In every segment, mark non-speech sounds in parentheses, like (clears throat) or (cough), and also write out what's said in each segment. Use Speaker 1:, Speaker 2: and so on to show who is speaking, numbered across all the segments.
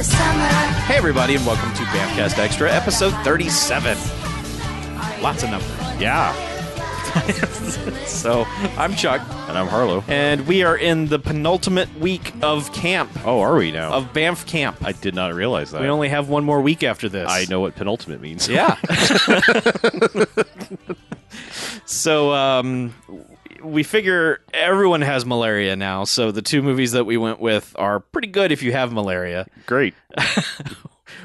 Speaker 1: Hey, everybody, and welcome to Bamcast Extra, episode 37. Lots of numbers. Yeah. so, I'm Chuck,
Speaker 2: And I'm Harlow.
Speaker 1: and we are in the penultimate week of camp,
Speaker 2: Oh, are we now?
Speaker 1: of Banff camp.
Speaker 2: I did not realize that.
Speaker 1: Um, We only have one more week after this.
Speaker 2: I know what penultimate means.
Speaker 1: Yeah. (laughs) so um, we figure everyone has malaria now. So the two movies that we went with are pretty good if you have malaria.
Speaker 2: (laughs) Great.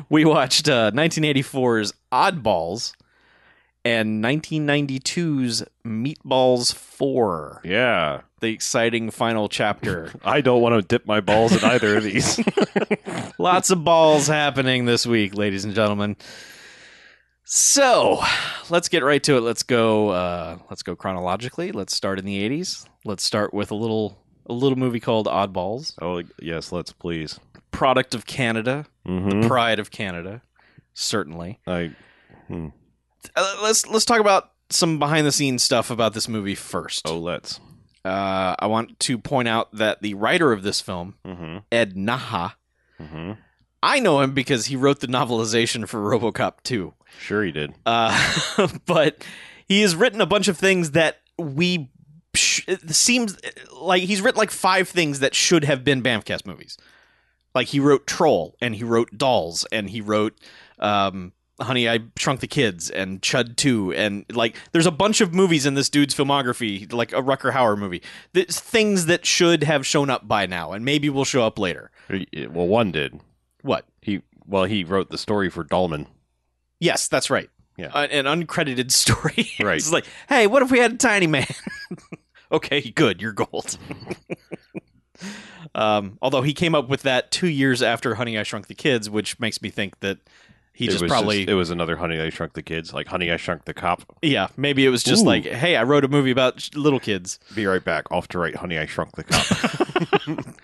Speaker 1: We watched uh, 1984's Oddballs and 1992's Meatballs 4,
Speaker 2: Yeah.
Speaker 1: the exciting final chapter.
Speaker 2: I don't want to dip my balls in either
Speaker 1: (laughs)
Speaker 2: of these.
Speaker 1: Lots of balls happening this week, ladies and gentlemen. So, let's get right to it. Let's go. Uh, let's go chronologically. Let's start in the '80s. Let's start with a little a little movie called Oddballs,
Speaker 2: oh, yes, let's please.
Speaker 1: product of Canada,
Speaker 2: Mm-hmm.
Speaker 1: pride of Canada, certainly.
Speaker 2: I,
Speaker 1: Uh, let's let's talk about some behind the scenes stuff about this movie first.
Speaker 2: oh, let's.
Speaker 1: Uh, I want to point out that the writer of this film,
Speaker 2: Mm-hmm.
Speaker 1: Ed Naha,
Speaker 2: Mm-hmm.
Speaker 1: I know him because he wrote the novelization for RoboCop 2.
Speaker 2: Sure, he did.
Speaker 1: Uh, (laughs) but he has written a bunch of things that we sh- it seems like he's written like five things that should have been Bamfcast movies. Like he wrote Troll and he wrote Dolls and he wrote um, Honey I Shrunk the Kids and Chud 2 and like there's a bunch of movies in this dude's filmography like a Rucker Hauer movie. There's things that should have shown up by now and maybe will show up later.
Speaker 2: He- Well, one did.
Speaker 1: What?
Speaker 2: He well, he wrote the story for Dolman.
Speaker 1: Yes, that's right.
Speaker 2: Yeah.
Speaker 1: A- Uh, an uncredited (laughs) story.
Speaker 2: Right.
Speaker 1: it's like, hey, what if we had a tiny man? (laughs) okay, good, you're gold. (laughs) um, although he came up with that two years after Honey, I Shrunk the Kids, which makes me think that he
Speaker 2: it
Speaker 1: just
Speaker 2: was
Speaker 1: probably,
Speaker 2: just- it was another Honey I Shrunk the Kids, like Honey I Shrunk the Cop.
Speaker 1: yeah, maybe it was just
Speaker 2: Ooh.
Speaker 1: like, hey, I wrote a movie about sh- little kids.
Speaker 2: Be right back. Off to write Honey I Shrunk the Cop.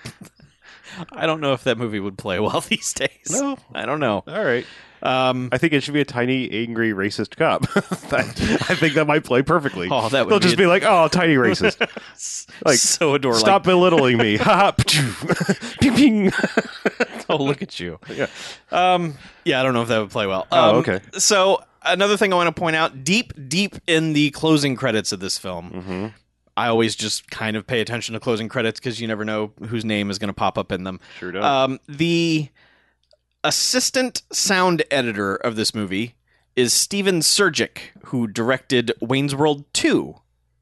Speaker 1: I don't know if that movie would play well (laughs) these days.
Speaker 2: No.
Speaker 1: I don't know.
Speaker 2: All right.
Speaker 1: Um,
Speaker 2: I think it should be a tiny, angry, racist cop. (laughs) That- I think that might play perfectly.
Speaker 1: Oh, that would
Speaker 2: They'll
Speaker 1: be
Speaker 2: just
Speaker 1: a-
Speaker 2: be like, "Oh,
Speaker 1: (laughs)
Speaker 2: tiny racist! Like,
Speaker 1: so adorable.
Speaker 2: Stop belittling me!" (laughs) Ha
Speaker 1: (laughs)
Speaker 2: ha! pchoo. Ping ping.
Speaker 1: oh, look at you.
Speaker 2: Yeah.
Speaker 1: Um, yeah, I don't know if that would play well.
Speaker 2: Oh,
Speaker 1: Um,
Speaker 2: okay.
Speaker 1: So another thing I want to point out: deep, deep in the closing credits of this film,
Speaker 2: Mhm.
Speaker 1: I always just kind of pay attention to closing credits because you never know whose name is going to pop up in them.
Speaker 2: Sure does.
Speaker 1: Um, the assistant sound editor of this movie is Steven Sergic, who directed Wayne's World 2.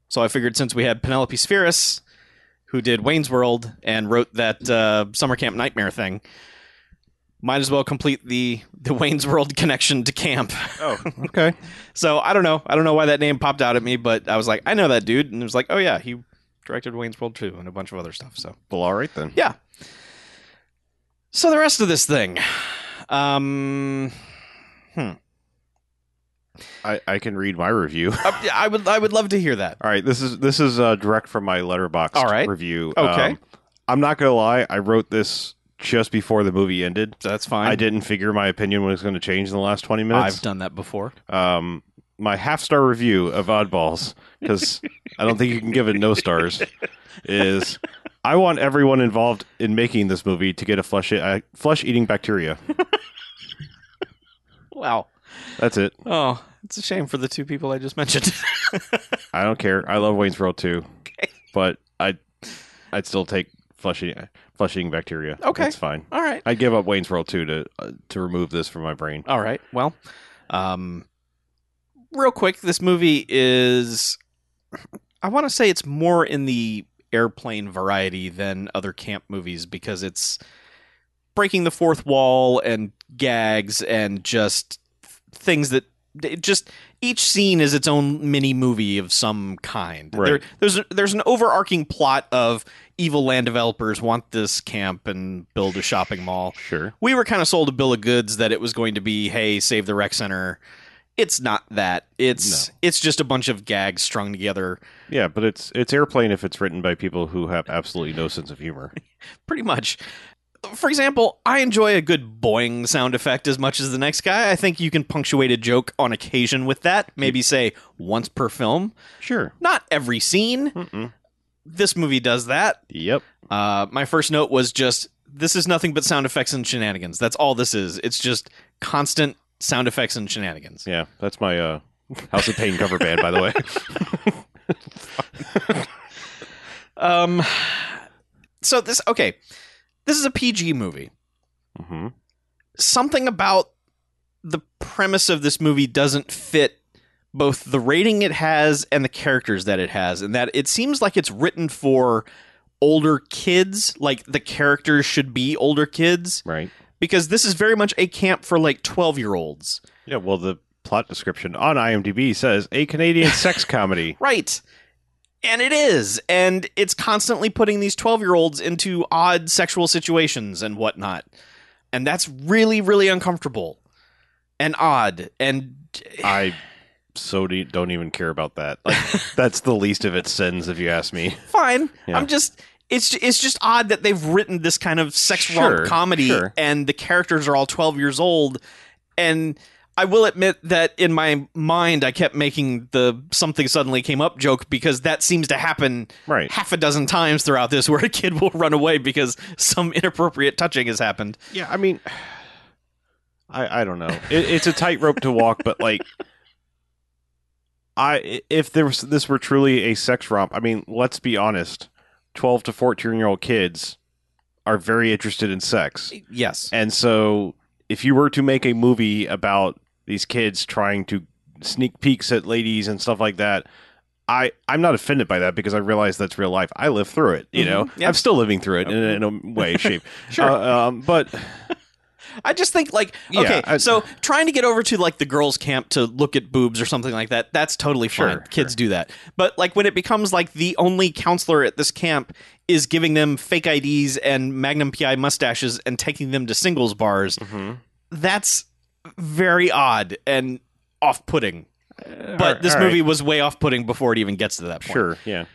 Speaker 1: So I figured since we had Penelope Spheris, who did Wayne's World and wrote that uh, summer camp nightmare thing, might as well complete the the Wayne's World connection to camp. (laughs)
Speaker 2: oh, okay.
Speaker 1: So I don't know. I don't know why that name popped out at me, but I was like, I know that dude, and it was like, oh yeah, he directed Wayne's World 2 and a bunch of other stuff. So
Speaker 2: Well, all right then.
Speaker 1: yeah. So the rest of this thing, um,
Speaker 2: I, I can read my review.
Speaker 1: I, I would I would love to hear that.
Speaker 2: All right, this is this is uh, direct from my letterbox
Speaker 1: All right.
Speaker 2: review.
Speaker 1: Okay.
Speaker 2: Um, I'm not gonna lie. I wrote this just before the movie ended.
Speaker 1: That's
Speaker 2: I'm,
Speaker 1: fine.
Speaker 2: I did not figure my opinion was going to change in the last 20 minutes.
Speaker 1: I've done that before.
Speaker 2: um, my half star review of Oddballs because I don't think you can give it no stars is I want everyone involved in making this movie to get a flesh uh, flesh eating bacteria.
Speaker 1: Wow.
Speaker 2: That's it.
Speaker 1: Oh, it's a shame for the two people I just mentioned. (laughs)
Speaker 2: I don't care. I love Wayne's World too, but I I'd still take flesh eating flesh eating bacteria.
Speaker 1: Okay.
Speaker 2: it's fine.
Speaker 1: All right.
Speaker 2: I'd give up Wayne's World too to uh, to remove this from my brain.
Speaker 1: All right. Well, um, real quick, this movie is. I want to say it's more in the airplane variety than other camp movies because it's breaking the fourth wall and gags and just things that it just each scene is its own mini movie of some kind.
Speaker 2: Right.
Speaker 1: There, there's there's an overarching plot of evil land developers want this camp and build a shopping mall
Speaker 2: Sure.
Speaker 1: we were kind of sold a bill of goods that it was going to be hey save the rec center it's not that it's it's just a bunch of gags strung together
Speaker 2: Yeah, but it's it's airplane if it's written by people who have absolutely no sense of humor.
Speaker 1: pretty much for example i enjoy a good boing sound effect as much as the next guy i think you can punctuate a joke on occasion with that maybe say once per film
Speaker 2: Sure.
Speaker 1: not every scene
Speaker 2: Mm-mm.
Speaker 1: this movie does that
Speaker 2: Yep.
Speaker 1: uh, my first note was just this is nothing but sound effects and shenanigans. That's all this is. It's just constant sound effects and shenanigans.
Speaker 2: Yeah, that's my uh, House of Pain cover band, by the (laughs) way.
Speaker 1: Um, so this okay, this is a PG movie.
Speaker 2: hmm
Speaker 1: Something about the premise of this movie doesn't fit both the rating it has and the characters that it has, and that it seems like it's written for older kids. Like the characters should be older kids
Speaker 2: Right.
Speaker 1: because this is very much a camp for like twelve year olds.
Speaker 2: Yeah. Well, the plot description on IMDb says a Canadian sex (laughs) comedy.
Speaker 1: Right. And it is. And it's constantly putting these 12 year olds into odd sexual situations and whatnot. And that's really, really uncomfortable and odd. And
Speaker 2: I so de- don't even care about that. Like, that's the least of its sins, if you ask me.
Speaker 1: fine.
Speaker 2: Yeah.
Speaker 1: I'm just. It's, it's just odd that they've written this kind of sex
Speaker 2: Sure,
Speaker 1: romp comedy
Speaker 2: sure.
Speaker 1: and the characters are all 12 years old and I will admit that in my mind I kept making the something suddenly came up joke because that seems to happen
Speaker 2: Right.
Speaker 1: half a dozen times throughout this where a kid will run away because some inappropriate touching has happened.
Speaker 2: Yeah, I mean, I I don't know. It, it's a tightrope to walk, but like, I if there was this were truly a sex romp, I mean, let's be honest, twelve to fourteen year old kids are very interested in sex,
Speaker 1: Yes.
Speaker 2: and so if you were to make a movie about these kids trying to sneak peeks at ladies and stuff like that. I, I'm not offended by that because I realize that's real life. I lived through it, you know.
Speaker 1: Mm-hmm. yeah.
Speaker 2: I'm still living through it in, a- in a
Speaker 1: (laughs)
Speaker 2: way, shape.
Speaker 1: Sure.
Speaker 2: Uh, um, but
Speaker 1: I just think like
Speaker 2: Yeah,
Speaker 1: okay,
Speaker 2: I-
Speaker 1: so trying to get over to like the girls' camp to look at boobs or something like that, that's totally fine.
Speaker 2: Sure,
Speaker 1: Kids do that. But like when it becomes like the only counselor at this camp is giving them fake IDs and Magnum PI mustaches and taking them to singles bars,
Speaker 2: Mm-hmm.
Speaker 1: that's very odd and off-putting. But this movie was way off-putting before it even gets to that point.
Speaker 2: Sure. Yeah.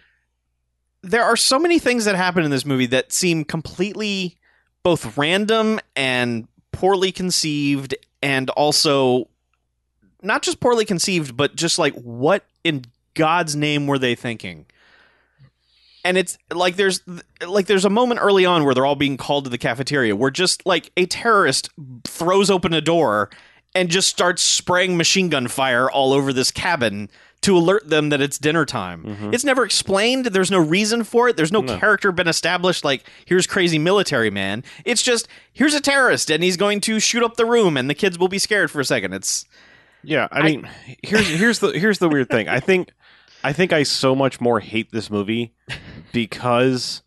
Speaker 1: there are so many things that happen in this movie that seem completely both random and poorly conceived and also not just poorly conceived but just like what in god's name were they thinking and it's like there's like there's a moment early on where they're all being called to the cafeteria where just like a terrorist throws open a door and just starts spraying machine gun fire all over this cabin to alert them that it's dinner time. It's never explained. There's no reason for it. There's no, character been established like here's crazy military man. It's just here's a terrorist and he's going to shoot up the room and the kids will be scared for a second. It's
Speaker 2: Yeah. I mean, here's here's the here's the weird thing. I think I think I so much more hate this movie because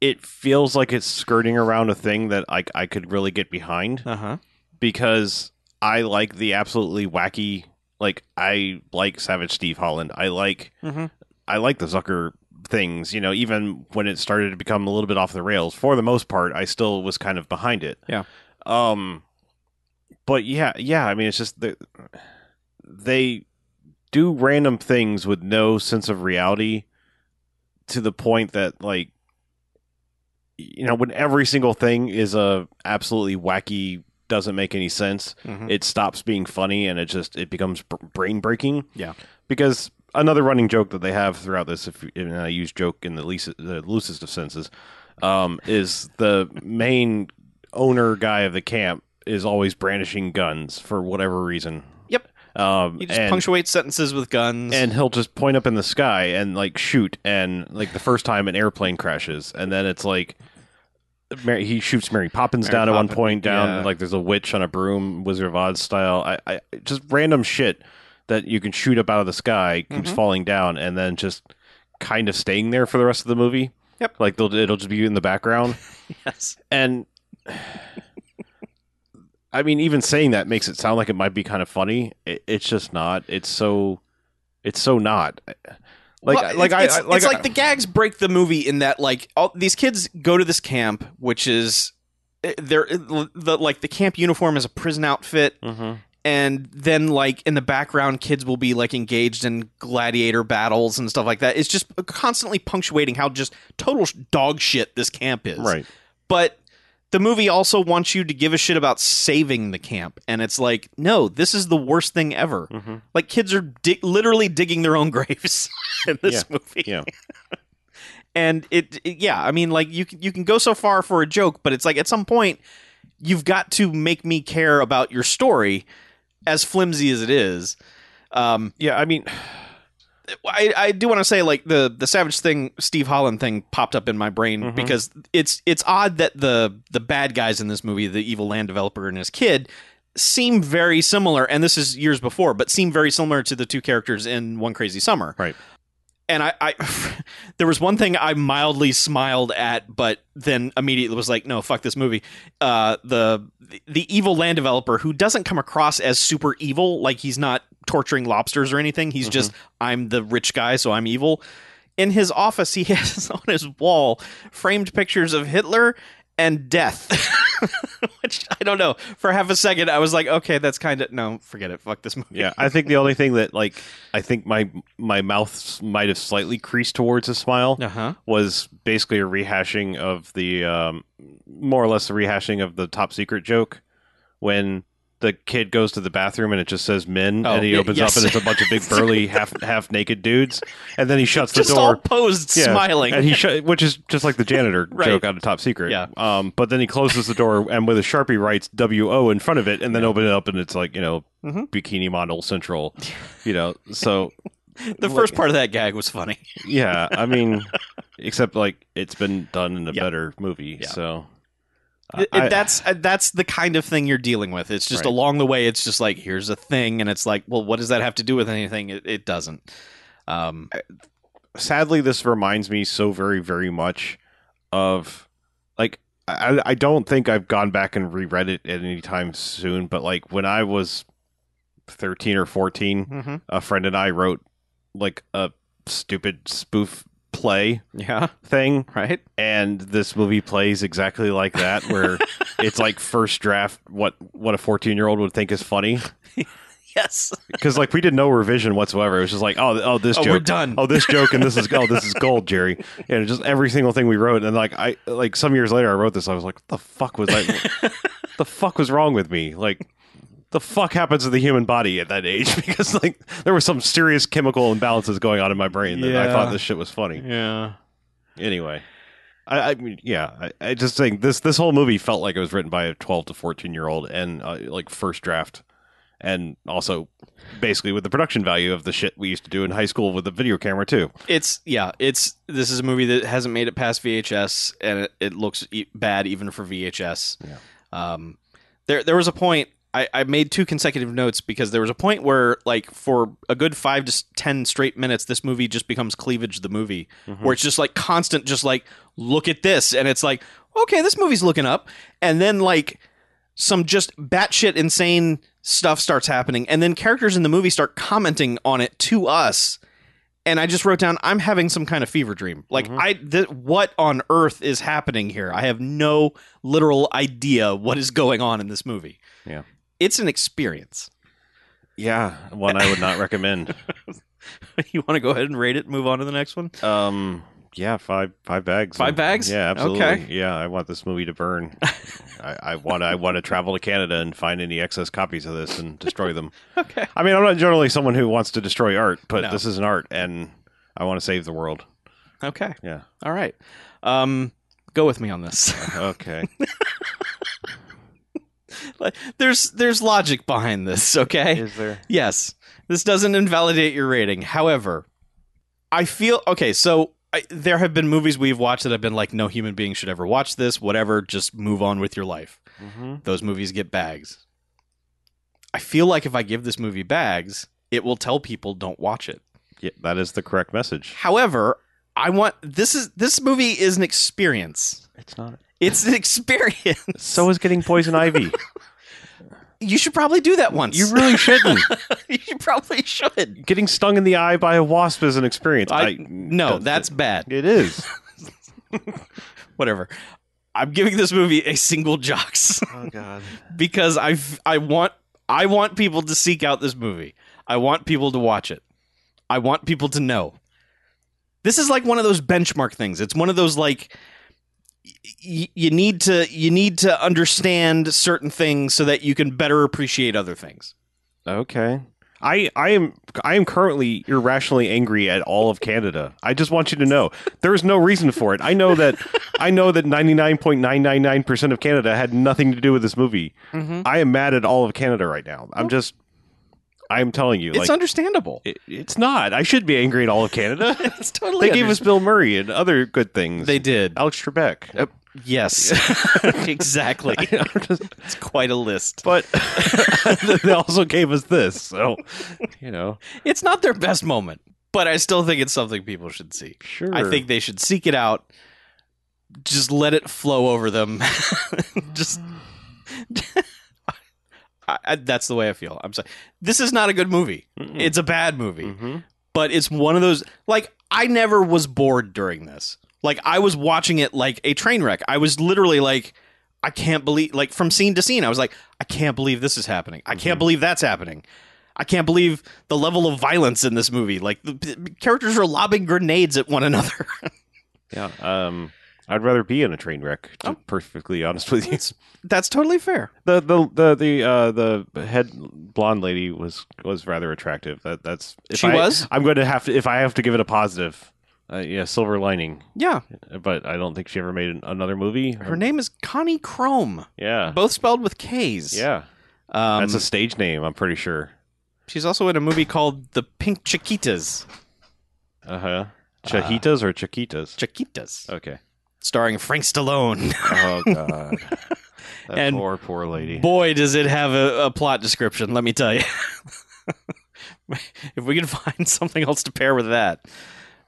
Speaker 2: it feels like it's skirting around a thing that like I could really get behind
Speaker 1: uh-huh.
Speaker 2: because I like the absolutely wacky like I like Savage Steve Holland. I like
Speaker 1: Mhm.
Speaker 2: I like the Zucker things, you know, even when it started to become a little bit off the rails, for the most part, I still was kind of behind it.
Speaker 1: Yeah.
Speaker 2: Um but yeah, yeah, I mean it's just the, they do random things with no sense of reality to the point that like you know, when every single thing is a absolutely wacky doesn't make any sense,
Speaker 1: Mhm.
Speaker 2: it stops being funny and it just it becomes br- brain breaking
Speaker 1: Yeah.
Speaker 2: because another running joke that they have throughout this, if and I use joke in the least the loosest of senses, um, is the main owner guy of the camp is always brandishing guns for whatever reason.
Speaker 1: Yep.
Speaker 2: Um,
Speaker 1: He just
Speaker 2: and,
Speaker 1: punctuates sentences with guns.
Speaker 2: and he'll just point up in the sky and like shoot, and like the first time an airplane crashes, and then it's like. Mary, he shoots Mary Poppins
Speaker 1: Mary
Speaker 2: down at one
Speaker 1: Poppin-
Speaker 2: point, down
Speaker 1: yeah.
Speaker 2: like there's a witch on a broom, Wizard of Oz style. I, I just random shit that you can shoot up out of the sky keeps
Speaker 1: Mhm.
Speaker 2: falling down and then just kind of staying there for the rest of the movie.
Speaker 1: Yep.
Speaker 2: Like they'll it'll just be in the background.
Speaker 1: (laughs) yes.
Speaker 2: And I mean, even saying that makes it sound like it might be kind of funny. It, it's just not. It's so. It's so not. Like,
Speaker 1: Well,
Speaker 2: like
Speaker 1: it's,
Speaker 2: I,
Speaker 1: it's,
Speaker 2: I- like,
Speaker 1: it's
Speaker 2: I-
Speaker 1: like the gags break the movie in that like all these kids go to this camp, which is eh, they're the like the camp uniform is a prison outfit,
Speaker 2: Mhm.
Speaker 1: and then like in the background, kids will be like engaged in gladiator battles and stuff like that. It's just constantly punctuating how just total sh- dog shit this camp is,
Speaker 2: right.
Speaker 1: But the movie also wants you to give a shit about saving the camp, and it's like, no, this is the worst thing ever.
Speaker 2: Mhm.
Speaker 1: (laughs) Like kids are dig literally digging their own graves in this movie
Speaker 2: Yeah.
Speaker 1: and it, it- yeah i mean like you can, you can go so far for a joke but it's like at some point you've got to make me care about your story as flimsy as it is um
Speaker 2: Yeah, I mean,
Speaker 1: i i do want to say like the the savage thing steve holland thing popped up in my brain
Speaker 2: Mhm.
Speaker 1: because it's it's odd that the the bad guys in this movie the evil land developer and his kid seem very similar and this is years before but seem very similar to the two characters in one crazy summer
Speaker 2: Right.
Speaker 1: and I, I (laughs) there was one thing I mildly smiled at, but then immediately was like, no, fuck this movie. Uh, the the evil land developer who doesn't come across as super evil, like he's not torturing lobsters or anything. He's just
Speaker 2: Mm-hmm.
Speaker 1: I'm the rich guy, so I'm evil. In his office, he (laughs) has on his wall framed pictures of Hitler and death. (laughs) Which I don't know. For half a second, I was like, okay, that's kind of no, forget it. Fuck this movie.
Speaker 2: yeah, I think the only thing that like I think my my mouth s- might have slightly creased towards a smile
Speaker 1: Uh huh.
Speaker 2: was basically a rehashing of the um, more or less a rehashing of the top secret joke when the kid goes to the bathroom and it just says men
Speaker 1: Oh,
Speaker 2: and he
Speaker 1: y-
Speaker 2: opens
Speaker 1: yes.
Speaker 2: up and it's a bunch of
Speaker 1: (laughs)
Speaker 2: big burly half half naked dudes and then he shuts the
Speaker 1: Just
Speaker 2: door
Speaker 1: all posed,
Speaker 2: Yeah,
Speaker 1: smiling.
Speaker 2: and he sh- which is just like the janitor
Speaker 1: (laughs) Right.
Speaker 2: joke out of Top Secret.
Speaker 1: Yeah.
Speaker 2: Um, but then he closes the door and with a sharpie writes W O in front of it, and then open it up, and it's like you know
Speaker 1: Mhm.
Speaker 2: bikini
Speaker 1: (laughs)
Speaker 2: model central, you know. So
Speaker 1: The
Speaker 2: Like-
Speaker 1: first part of that gag was funny.
Speaker 2: yeah,
Speaker 1: (laughs)
Speaker 2: I mean, except like it's been done in a
Speaker 1: Yeah.
Speaker 2: better movie,
Speaker 1: Yeah.
Speaker 2: so
Speaker 1: It-
Speaker 2: I-
Speaker 1: that's uh, that's the kind of thing you're dealing with. It's just
Speaker 2: Right.
Speaker 1: along the way, it's just like here's a thing, and it's like, well, what does that have to do with anything? It, it doesn't. Um,
Speaker 2: sadly this reminds me so very very much of like I, I don't think i've gone back and reread it at any time soon but like when i was 13 or 14
Speaker 1: mm-hmm.
Speaker 2: a friend and I wrote like a stupid spoof play
Speaker 1: Yeah, (laughs)
Speaker 2: thing
Speaker 1: right.
Speaker 2: and this movie plays exactly like that
Speaker 1: (laughs)
Speaker 2: where it's like first draft what what a 14 year old would think is funny
Speaker 1: Yes.
Speaker 2: because like we did no revision whatsoever it was just like oh th- oh this
Speaker 1: Oh, we're
Speaker 2: joke
Speaker 1: done.
Speaker 2: oh this joke and this is
Speaker 1: (laughs)
Speaker 2: oh this is gold jerry and just every single thing we wrote and like i like some years later i wrote this i was like what the fuck was i
Speaker 1: (laughs)
Speaker 2: the fuck was wrong with me like the fuck happens to the human body at that age (laughs) because like there were some serious chemical imbalances going on in my brain that i
Speaker 1: Yeah.
Speaker 2: thought this shit was funny
Speaker 1: yeah.
Speaker 2: anyway i, I mean yeah I, I just think this this whole movie felt like it was written by a 12 to 14 year old and uh, like first draft and also basically with the production value of the shit we used to do in high school with the video camera too
Speaker 1: It's yeah. It's this is a movie that hasn't made it past VHS, and it, it looks e- bad even for VHS.
Speaker 2: Yeah.
Speaker 1: Um, there there was a point I, I made two consecutive notes because there was a point where like for a good five to s- ten straight minutes, this movie just becomes cleavage the movie, where it's just like constant, just like look at this, and it's like okay, this movie's looking up, and then like some just batshit insane stuff starts happening, and then characters in the movie start commenting on it to us. And I just wrote down, I'm having some kind of fever dream. Like
Speaker 2: Mhm.
Speaker 1: I, th- what on earth is happening here? I have no literal idea what is going on in this movie.
Speaker 2: Yeah.
Speaker 1: it's an experience. (laughs)
Speaker 2: yeah one i would not recommend
Speaker 1: you want to go ahead and rate it? and Move on to the next one.
Speaker 2: Um. Yeah, five five bags.
Speaker 1: Five bags?
Speaker 2: Yeah, absolutely.
Speaker 1: Okay.
Speaker 2: Yeah, I want this movie
Speaker 1: (laughs)
Speaker 2: to burn. I, I want I want to travel to Canada and find any excess copies of this and destroy them.
Speaker 1: Okay.
Speaker 2: I mean, I'm not generally someone who wants to destroy art, but
Speaker 1: No.
Speaker 2: this is an art, and I want to save the world.
Speaker 1: Okay.
Speaker 2: Yeah.
Speaker 1: All right. Um, go with me on this. (laughs)
Speaker 2: Okay.
Speaker 1: Like, there's there's logic behind this. Okay.
Speaker 2: there?
Speaker 1: Yes, this doesn't invalidate your rating. However, I feel okay. So I, there have been movies we've watched that have been like, no human being should ever watch this. Whatever, just move on with your life.
Speaker 2: Mm-hmm.
Speaker 1: Those movies get bags. I feel like if I give this movie bags, it will tell people don't watch it.
Speaker 2: Yeah, that is the correct message.
Speaker 1: However, I want this is this movie is an experience.
Speaker 2: It's not.
Speaker 1: It's an (laughs) experience.
Speaker 2: So is getting poison ivy.
Speaker 1: you should probably do that once.
Speaker 2: You
Speaker 1: (laughs)
Speaker 2: really shouldn't.
Speaker 1: you probably should.
Speaker 2: getting stung in the eye by a wasp is an experience.
Speaker 1: I, no, that's bad.
Speaker 2: it is.
Speaker 1: whatever. I'm giving this movie a single jocks (laughs)
Speaker 2: Oh God.
Speaker 1: because I I want I want people to seek out this movie. I want people to watch it. I want people to know. This is like one of those benchmark things. It's one of those like y- you need to you need to understand certain things so that you can better appreciate other things.
Speaker 2: Okay. I, I am I am currently irrationally angry at all of Canada. I just want you to know there is no reason for it. I know that I know that ninety nine point nine nine nine percent of Canada had nothing to do with this movie. I am mad at all of Canada right now. I'm just I am telling you,
Speaker 1: It's
Speaker 2: like
Speaker 1: understandable.
Speaker 2: it, it's not. I should be angry at all of Canada.
Speaker 1: It's totally.
Speaker 2: they gave us Oh.
Speaker 1: understand-
Speaker 2: Bill Murray and other good things.
Speaker 1: They did.
Speaker 2: Alex Trebek. (laughs)
Speaker 1: Yes, (laughs) exactly. it's quite a list.
Speaker 2: but (laughs) they also gave us this. So, you know,
Speaker 1: It's not their best moment, but I still think it's something people should see.
Speaker 2: sure.
Speaker 1: I think they should seek it out. Just let it flow over them. (laughs) just (laughs) I, I, that's the way I feel. I'm sorry. This is not a good movie. It's a bad movie, but it's one of those like I never was bored during this. Like I was watching it like a train wreck. I was literally like I can't believe like from scene to scene I was like I can't believe this is happening. I
Speaker 2: Mm-hmm.
Speaker 1: can't believe that's happening. I can't believe the level of violence in this movie. Like the, the characters are lobbing grenades at one
Speaker 2: (laughs)
Speaker 1: another. (laughs)
Speaker 2: yeah. Um, I'd rather be in a train wreck. To
Speaker 1: Oh.
Speaker 2: be perfectly honest with you,
Speaker 1: That's totally fair.
Speaker 2: the the the the uh, the head blonde lady was was rather attractive. That that's if
Speaker 1: She
Speaker 2: I-
Speaker 1: was?
Speaker 2: I'm going to have to if I have to give it a positive. Uh, yeah, silver lining.
Speaker 1: Yeah,
Speaker 2: But I don't think she ever made an, another movie.
Speaker 1: her name is Connie Chrome,
Speaker 2: Yeah.
Speaker 1: both spelled with K's.
Speaker 2: Yeah.
Speaker 1: um,
Speaker 2: That's a stage name. I'm pretty sure.
Speaker 1: she's also in a movie called The Pink Chiquitas.
Speaker 2: Uh huh. Chahitas or Chiquitas?
Speaker 1: Chiquitas,
Speaker 2: Okay.
Speaker 1: starring Frank Stallone.
Speaker 2: (laughs) Oh God. That
Speaker 1: And
Speaker 2: poor poor lady.
Speaker 1: Boy, does it have a, a plot description. Let me tell you. (laughs) if we can find something else to pair with that,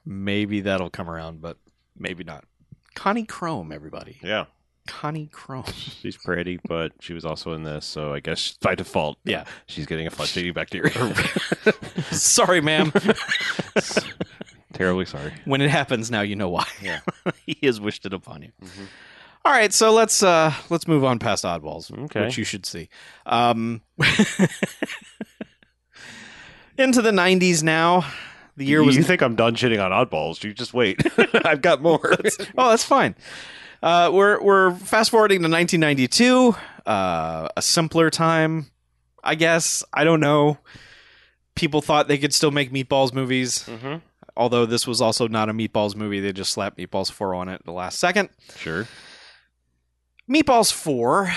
Speaker 1: maybe that'll come around, but maybe not. Connie Chrome, everybody.
Speaker 2: yeah,
Speaker 1: Connie Chrome.
Speaker 2: she's pretty, but she was also in this, so I guess by default,
Speaker 1: Yeah.
Speaker 2: she's getting a flesh eating bacteria.
Speaker 1: (laughs) Sorry, ma'am.
Speaker 2: (laughs) Terribly sorry.
Speaker 1: (laughs) when it happens now you know why
Speaker 2: Yeah.
Speaker 1: (laughs) he has wished it upon you All right so let's uh let's move on past oddballs
Speaker 2: Okay.
Speaker 1: which you should see um (laughs) into the 90s now the year
Speaker 2: You,
Speaker 1: was
Speaker 2: you think I'm done shitting on oddballs? You just wait. (laughs) I've got more.
Speaker 1: (laughs) oh that's fine uh we're we're fast forwarding to 1992 uh a simpler time i guess i don't know people thought they could still make meatballs movies
Speaker 2: mm-hmm.
Speaker 1: although this was also not a meatballs movie they just slapped meatballs 4 on it at the last second
Speaker 2: Sure.
Speaker 1: Meatballs 4,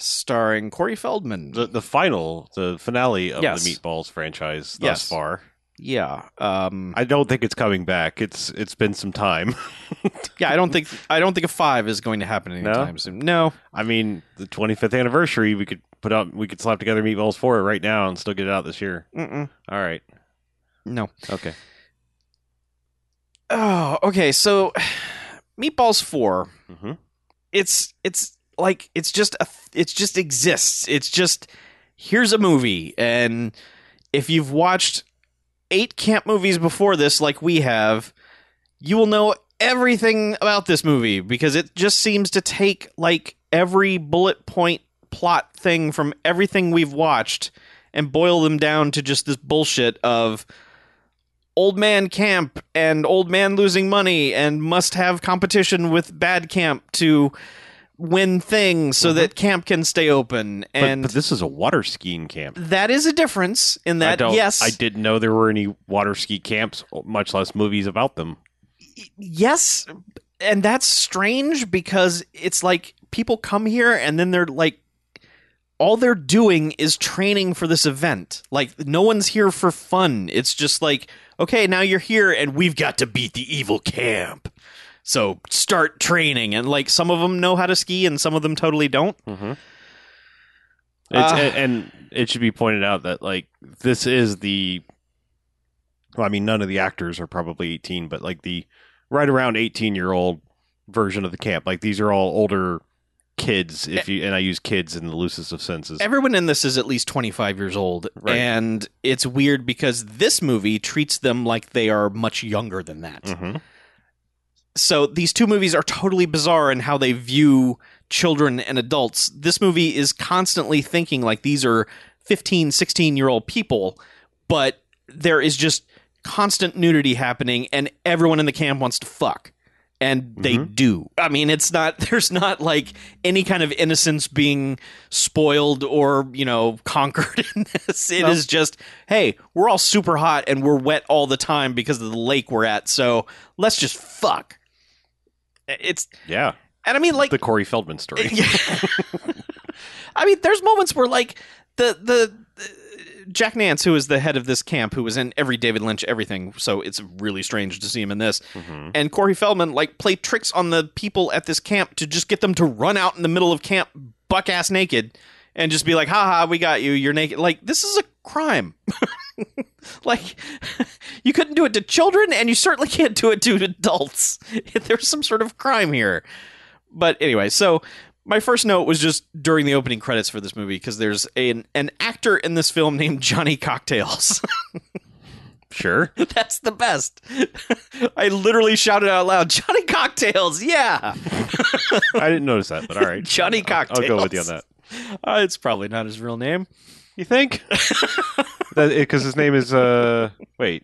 Speaker 1: starring Corey Feldman.
Speaker 2: The the final, the finale of
Speaker 1: Yes.
Speaker 2: the Meatballs franchise thus
Speaker 1: Yes.
Speaker 2: far.
Speaker 1: yeah. Um,
Speaker 2: I don't think it's coming back. It's it's been some time.
Speaker 1: yeah, I don't think I don't think a 5 is going to happen anytime soon. No.
Speaker 2: I mean, the 25th anniversary, we could put out, we could slap together Meatballs for it right now and still get it out this year.
Speaker 1: Mm-mm.
Speaker 2: All right.
Speaker 1: No.
Speaker 2: Okay.
Speaker 1: Oh, okay. So (sighs) Meatballs 4,
Speaker 2: Mm-hmm.
Speaker 1: it's it's like it's just a it's just exists. It's just here's a movie and if you've watched 8 camp movies before this like we have, you will know everything about this movie because it just seems to take like every bullet point plot thing from everything we've watched and boil them down to just this bullshit of old man camp and old man losing money and must have competition with bad camp to win things so that camp can stay open and
Speaker 2: Mm-hmm. but, but this is a water skiing camp.
Speaker 1: that is a difference in
Speaker 2: I
Speaker 1: that
Speaker 2: don't,
Speaker 1: yes
Speaker 2: I didn't know there were any water ski camps, much less movies about them.
Speaker 1: yes and that's strange because it's like people come here and then they're like all they're doing is training for this event like no one's here for fun it's just like okay now you're here and we've got to beat the evil camp so start training and like some of them know how to ski and some of them totally don't
Speaker 2: Mm-hmm. It's,
Speaker 1: Ah.
Speaker 2: and, and it should be pointed out that like this is the. Well, I mean, none of the actors are probably eighteen, but like the right around eighteen year old version of the camp. Like these are all older kids. If you and I use kids in the loosest of senses.
Speaker 1: Everyone in this is at least 25 years old.
Speaker 2: Right.
Speaker 1: And it's weird because this movie treats them like they are much younger than that.
Speaker 2: Mhm.
Speaker 1: So these two movies are totally bizarre in how they view children and adults. This movie is constantly thinking like these are 15, 16 year old people, but there is just constant nudity happening and everyone in the camp wants to fuck. and they do. I mean, it's not (laughs) there's not like any kind of innocence being spoiled or you know (laughs) conquered in this. It is
Speaker 2: No.
Speaker 1: just hey, we're all super hot and we're wet all the time because of the lake we're at. So let's just fuck. It's
Speaker 2: Yeah,
Speaker 1: and I mean like
Speaker 2: the Corey Feldman story.
Speaker 1: (laughs) yeah. I mean, there's moments where like the the the- Jack Nance, who is the head of this camp, who was in every David Lynch everything, so it's really strange to see him in this.
Speaker 2: Mhm.
Speaker 1: And Corey Feldman like play tricks on the people at this camp to just get them to run out in the middle of camp, buck ass naked, and just be like, "Ha ha, we got you. You're naked." Like this is a crime. (laughs) like (laughs) you couldn't do it to children, and you certainly can't do it to adults. (laughs) There's some sort of crime here. But anyway, so my first note was just during the opening credits for this movie because there's an an actor in this film named Johnny Cocktails. (laughs)
Speaker 2: Sure.
Speaker 1: That's the best. (laughs) I literally shouted out loud, "Johnny Cocktails!" Yeah,
Speaker 2: I didn't notice that, but all right.
Speaker 1: Johnny
Speaker 2: I'll-
Speaker 1: Cocktails.
Speaker 2: I'll go with you on that.
Speaker 1: Uh, it's probably not his real name. (laughs)
Speaker 2: You think? Because his name is uh wait.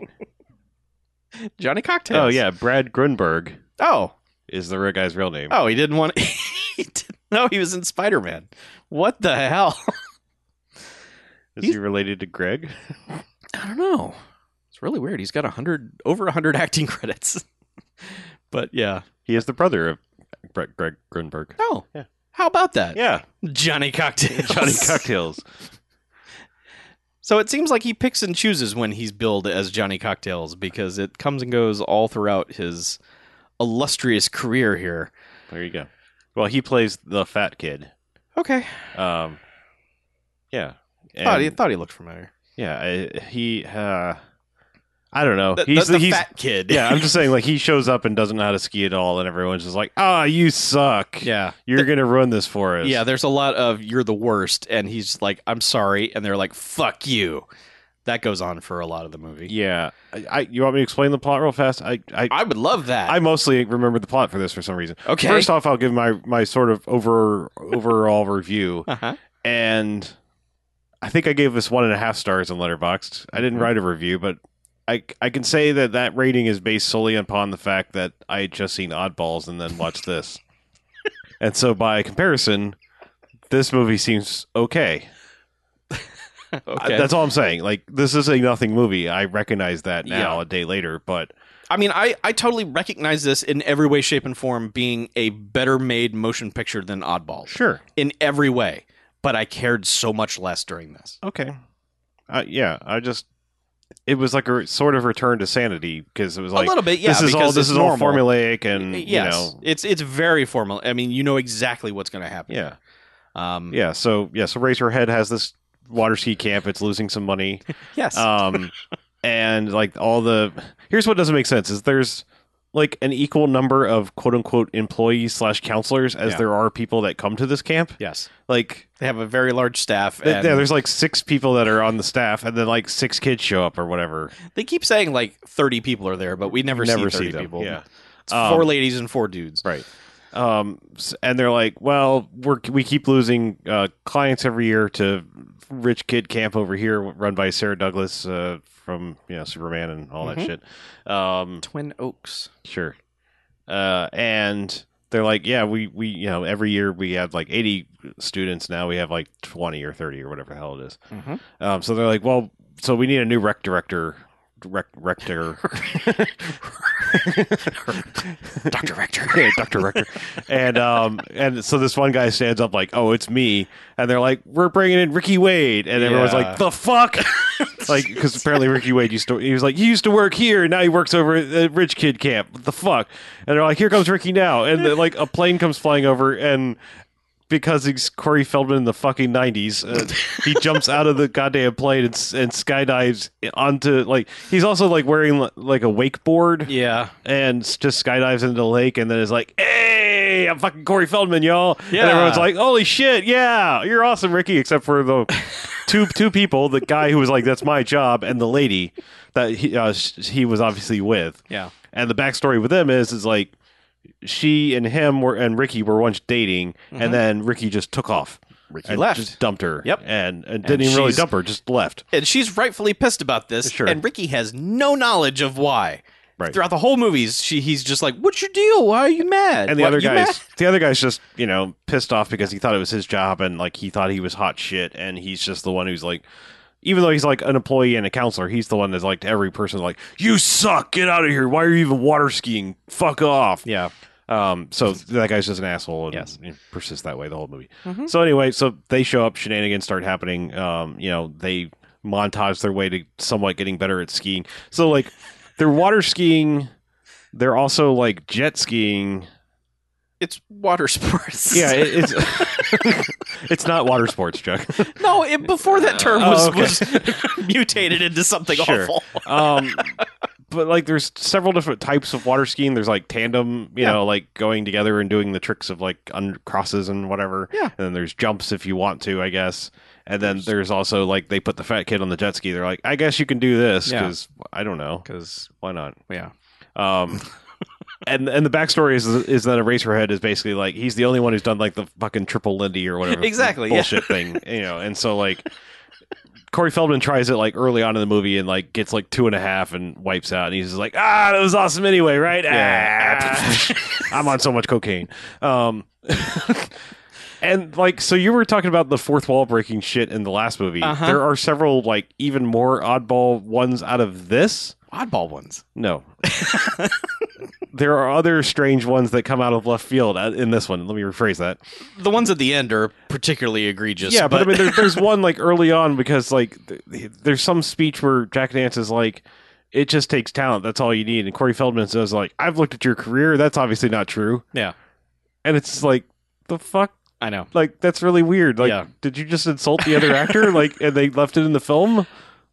Speaker 1: Johnny Cocktails.
Speaker 2: Oh yeah, Brad Grunberg
Speaker 1: Oh,
Speaker 2: is the real guy's real name.
Speaker 1: oh, he didn't want. (laughs) he didn't know he was in Spider Man. What the hell? (laughs)
Speaker 2: is he related to Greg?
Speaker 1: I don't know. It's really weird. He's got a hundred over a hundred acting (laughs) credits. but yeah.
Speaker 2: He is the brother of Brett Greg Grunberg.
Speaker 1: Oh.
Speaker 2: Yeah.
Speaker 1: How about that?
Speaker 2: Yeah,
Speaker 1: Johnny Cocktails. (laughs)
Speaker 2: (laughs) Johnny Cocktails.
Speaker 1: So it seems like he picks and chooses when he's billed as Johnny Cocktails because it comes and goes all throughout his illustrious career here.
Speaker 2: There you go. Well, he plays the fat kid.
Speaker 1: Okay.
Speaker 2: Um, yeah.
Speaker 1: Thought he,
Speaker 2: And-
Speaker 1: thought he looked familiar.
Speaker 2: yeah, I, he. Uh, I don't know.
Speaker 1: The, the-
Speaker 2: he's
Speaker 1: the
Speaker 2: he's
Speaker 1: fat kid.
Speaker 2: (laughs) yeah.
Speaker 1: (laughs)
Speaker 2: I'm just saying, like he shows up and doesn't know how to ski at all, and everyone's just like, "Ah, you suck.
Speaker 1: yeah.
Speaker 2: You're gonna ruin this for us."
Speaker 1: Yeah, there's a lot of you're the worst and he's just like I'm sorry and they're like fuck you. That goes on for a lot of the movie.
Speaker 2: yeah. I, I you want me to explain the plot real fast? I I,
Speaker 1: I would love that.
Speaker 2: I mostly remember the plot for this for some reason.
Speaker 1: okay.
Speaker 2: First off, I'll give my my sort of over overall review.
Speaker 1: (laughs) uh-huh.
Speaker 2: and I think I gave this one and a half stars on Letterboxd. I didn't write a review, but I I can say that that rating is based solely upon the fact that I had just seen Oddballs and then
Speaker 1: (laughs)
Speaker 2: watched this, and so by comparison, this movie seems okay. I-
Speaker 1: okay.
Speaker 2: uh, that's all I'm saying. Like this is a nothing movie. I recognize that now
Speaker 1: Yeah.
Speaker 2: a day later, but
Speaker 1: I mean, I, I totally recognize this in every way, shape, and form being a better made motion picture than Oddball
Speaker 2: sure,
Speaker 1: in every way. But I cared so much less during this.
Speaker 2: okay, uh, yeah. I just it was like a re- sort of return to sanity because it was like
Speaker 1: a little bit, yeah.
Speaker 2: this is all
Speaker 1: because
Speaker 2: this
Speaker 1: it's
Speaker 2: is all
Speaker 1: normal.
Speaker 2: formulaic and you
Speaker 1: Yes,
Speaker 2: know
Speaker 1: it's it's very formal. I mean, you know exactly what's going to happen.
Speaker 2: yeah.
Speaker 1: Um.
Speaker 2: Yeah. So yeah. So Razorhead has this water ski camp. It's losing some
Speaker 1: (laughs)
Speaker 2: money.
Speaker 1: Yes.
Speaker 2: Um, and like all the here's what doesn't make sense is there's like an equal number of quote unquote employees slash counselors as
Speaker 1: Yeah.
Speaker 2: there are people that come to this camp.
Speaker 1: yes.
Speaker 2: Like
Speaker 1: They have a very large staff.
Speaker 2: th-
Speaker 1: And
Speaker 2: yeah, there's like six people that are on the staff, and then like six kids show up or whatever.
Speaker 1: they keep saying like 30 people are there, but we never,
Speaker 2: Never
Speaker 1: see
Speaker 2: see
Speaker 1: 30
Speaker 2: them,
Speaker 1: people.
Speaker 2: yeah.
Speaker 1: It's
Speaker 2: Um,
Speaker 1: four ladies and four dudes.
Speaker 2: Right. Um, s- and they're like, well, we're, we keep losing uh, clients every year to rich kid camp over here, run by Sarah Douglas uh, from you know Superman and all
Speaker 1: Mhm.
Speaker 2: that shit. Um,
Speaker 1: Twin Oaks.
Speaker 2: sure. Uh, and they're like, yeah, we we you know every year we have like eighty students. Now we have like twenty or thirty or whatever the hell it is.
Speaker 1: (laughs) Mhm.
Speaker 2: Um, so they're like, well, so we need a new rec director. Rec, rector,
Speaker 1: Dr. Rector.
Speaker 2: (laughs) yeah, Dr. Rector. And um and so this one guy stands up like, "Oh, it's me." And they're like, "We're bringing in Ricky Wade." And everyone's
Speaker 1: Yeah.
Speaker 2: like,
Speaker 1: (laughs)
Speaker 2: "The fuck?" like cuz apparently Ricky Wade used to he was like, "He used to work here, and now he works over at the rich kid camp." What the fuck? And they're like, "Here comes Ricky now." And then, like a plane comes flying over and because he's Corey Feldman in the fucking nineties, uh, he jumps out of the goddamn plane and, s- and skydives onto like he's also like wearing li- like a wakeboard
Speaker 1: (laughs) Yeah.
Speaker 2: and s- just skydives into the lake and then is like, hey, I'm fucking Corey Feldman, y'all.
Speaker 1: Yeah.
Speaker 2: And everyone's like, holy shit, yeah, you're awesome, Ricky, except for
Speaker 1: (laughs)
Speaker 2: the two two people, the guy who was like, that's my job, and the lady that he, uh, sh- he was obviously with.
Speaker 1: Yeah.
Speaker 2: And the backstory with them is, is like, she and him were and Ricky were once dating,
Speaker 1: Mhm.
Speaker 2: and then Ricky just took off.
Speaker 1: Ricky
Speaker 2: And
Speaker 1: left.
Speaker 2: just dumped her.
Speaker 1: Yep.
Speaker 2: and and didn't even really
Speaker 1: she's-
Speaker 2: dump her, just left.
Speaker 1: and she's rightfully pissed about this
Speaker 2: Sure.
Speaker 1: and ricky has no knowledge of why
Speaker 2: Right.
Speaker 1: Throughout the whole movies, she he's just like, "What's your deal? Why are you mad?"
Speaker 2: And the
Speaker 1: What,
Speaker 2: other
Speaker 1: you mad?"
Speaker 2: guy's the other guy's just you know pissed off because he thought it was his job and like he thought he was hot shit and he's just the one who's like, even though he's like an employee and a counselor, he's the one that's like to every person like, "You suck, get out of here. Why are you even water skiing? Fuck off."
Speaker 1: yeah,
Speaker 2: Um, so that guy's just an asshole and
Speaker 1: Yes.
Speaker 2: you know, persists that way the whole movie.
Speaker 1: Mhm.
Speaker 2: So anyway, so they show up, shenanigans start happening. Um, you know, they montage their way to somewhat getting better at skiing. So like they're water skiing, they're also like jet skiing.
Speaker 1: it's water (laughs) sports.
Speaker 2: Yeah,
Speaker 1: (laughs)
Speaker 2: it, it's (laughs) it's not water sports, Chuck.
Speaker 1: no, it, before that term
Speaker 2: Oh,
Speaker 1: was,
Speaker 2: okay.
Speaker 1: was (laughs) mutated into something
Speaker 2: Sure.
Speaker 1: awful.
Speaker 2: Um, but like there's several different types of water skiing. There's like tandem, you
Speaker 1: Yeah.
Speaker 2: know, like going together and doing the tricks of like un- crosses and whatever.
Speaker 1: Yeah.
Speaker 2: And then there's jumps if you want to, I guess. And then there's also like they put the fat kid on the jet ski. They're like, I guess you can do this
Speaker 1: Yeah.
Speaker 2: because I don't know
Speaker 1: Because
Speaker 2: why not.
Speaker 1: yeah,
Speaker 2: Um, and and the backstory is is that Eraserhead is basically like he's the only one who's done like the fucking triple Lindy or whatever
Speaker 1: Exactly, yeah.
Speaker 2: bullshit thing, you know. And so like Corey Feldman tries it like early on in the movie and like gets like two and a half and wipes out, and he's just like, ah, that was awesome anyway, right?
Speaker 1: Yeah.
Speaker 2: Ah, I'm on so much cocaine. Um, (laughs) and like so you were talking about the fourth wall breaking shit in the last movie.
Speaker 1: Uh-huh.
Speaker 2: There are several like even more oddball ones out of this.
Speaker 1: oddball ones.
Speaker 2: No. there are other strange ones that come out of left field uh, in this one. Let me rephrase that.
Speaker 1: The ones at the end are particularly egregious.
Speaker 2: yeah, but, I
Speaker 1: (laughs)
Speaker 2: mean, there, there's one like early on because like th- there's some speech where Jack Nance is like, "It just takes talent. That's all you need." And Corey Feldman says like, "I've looked at your career. That's obviously not true."
Speaker 1: Yeah.
Speaker 2: and it's like the fuck.
Speaker 1: I know.
Speaker 2: Like that's really weird. Like,
Speaker 1: Yeah.
Speaker 2: did you just insult the other actor? Like, and they left it in the film.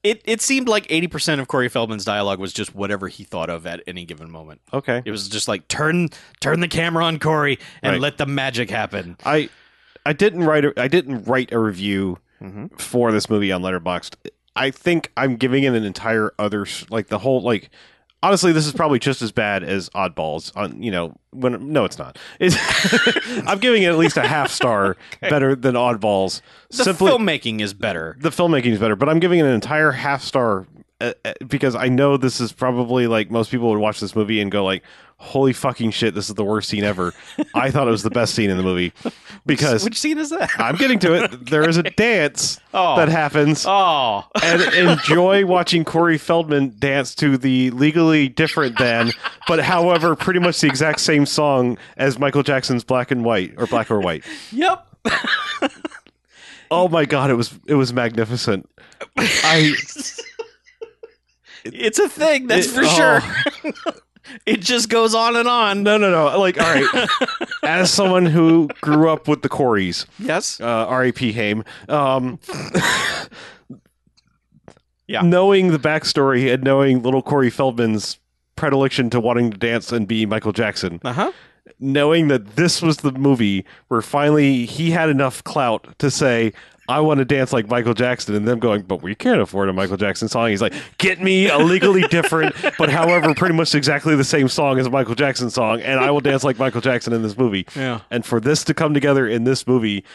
Speaker 1: It it seemed like eighty percent of Corey Feldman's dialogue was just whatever he thought of at any given moment.
Speaker 2: Okay,
Speaker 1: It was just like turn turn the camera on Corey and
Speaker 2: Right.
Speaker 1: let the magic happen.
Speaker 2: I, I didn't write. A, I didn't write a review
Speaker 1: Mm-hmm.
Speaker 2: for this movie on Letterboxd. I think I'm giving it an entire other s- like the whole like honestly this is probably just as bad as Oddballs on you know when no it's not. It's, (laughs) I'm giving it at least a
Speaker 1: (laughs)
Speaker 2: half star better than Oddballs.
Speaker 1: The
Speaker 2: simply
Speaker 1: filmmaking is better.
Speaker 2: the filmmaking is better, but I'm giving it an entire half star uh, uh, because I know this is probably like most people would watch this movie and go like holy fucking shit this is the worst scene ever. I thought it was the best scene in the movie
Speaker 1: (laughs)
Speaker 2: because
Speaker 1: Which (laughs) scene is that?
Speaker 2: I'm getting to it. There is a dance
Speaker 1: Oh.
Speaker 2: that happens
Speaker 1: Oh,
Speaker 2: and enjoy watching Corey Feldman dance to the legally different than, but however, pretty much the exact same song as Michael Jackson's Black and White or Black or White.
Speaker 1: yep.
Speaker 2: Oh my god, it was it was magnificent.
Speaker 1: (laughs)
Speaker 2: I
Speaker 1: It's a thing, that's
Speaker 2: It-
Speaker 1: for
Speaker 2: oh.
Speaker 1: sure. (laughs) it just goes on and on.
Speaker 2: no no no like all right. As someone who grew up with the Coreys,
Speaker 1: Yes.
Speaker 2: uh, R.A.P. Haim. Um,
Speaker 1: (laughs) Yeah.
Speaker 2: Knowing the backstory and knowing little Corey Feldman's predilection to wanting to dance and be Michael Jackson,
Speaker 1: Uh huh.
Speaker 2: knowing that this was the movie where finally he had enough clout to say, I want to dance like Michael Jackson, and them going, but we can't afford a Michael Jackson song. He's like, get me a
Speaker 1: (laughs)
Speaker 2: legally different, but however, pretty much exactly the same song as a Michael Jackson song, and I will dance like Michael Jackson in this movie.
Speaker 1: Yeah.
Speaker 2: And for this to come together in this movie,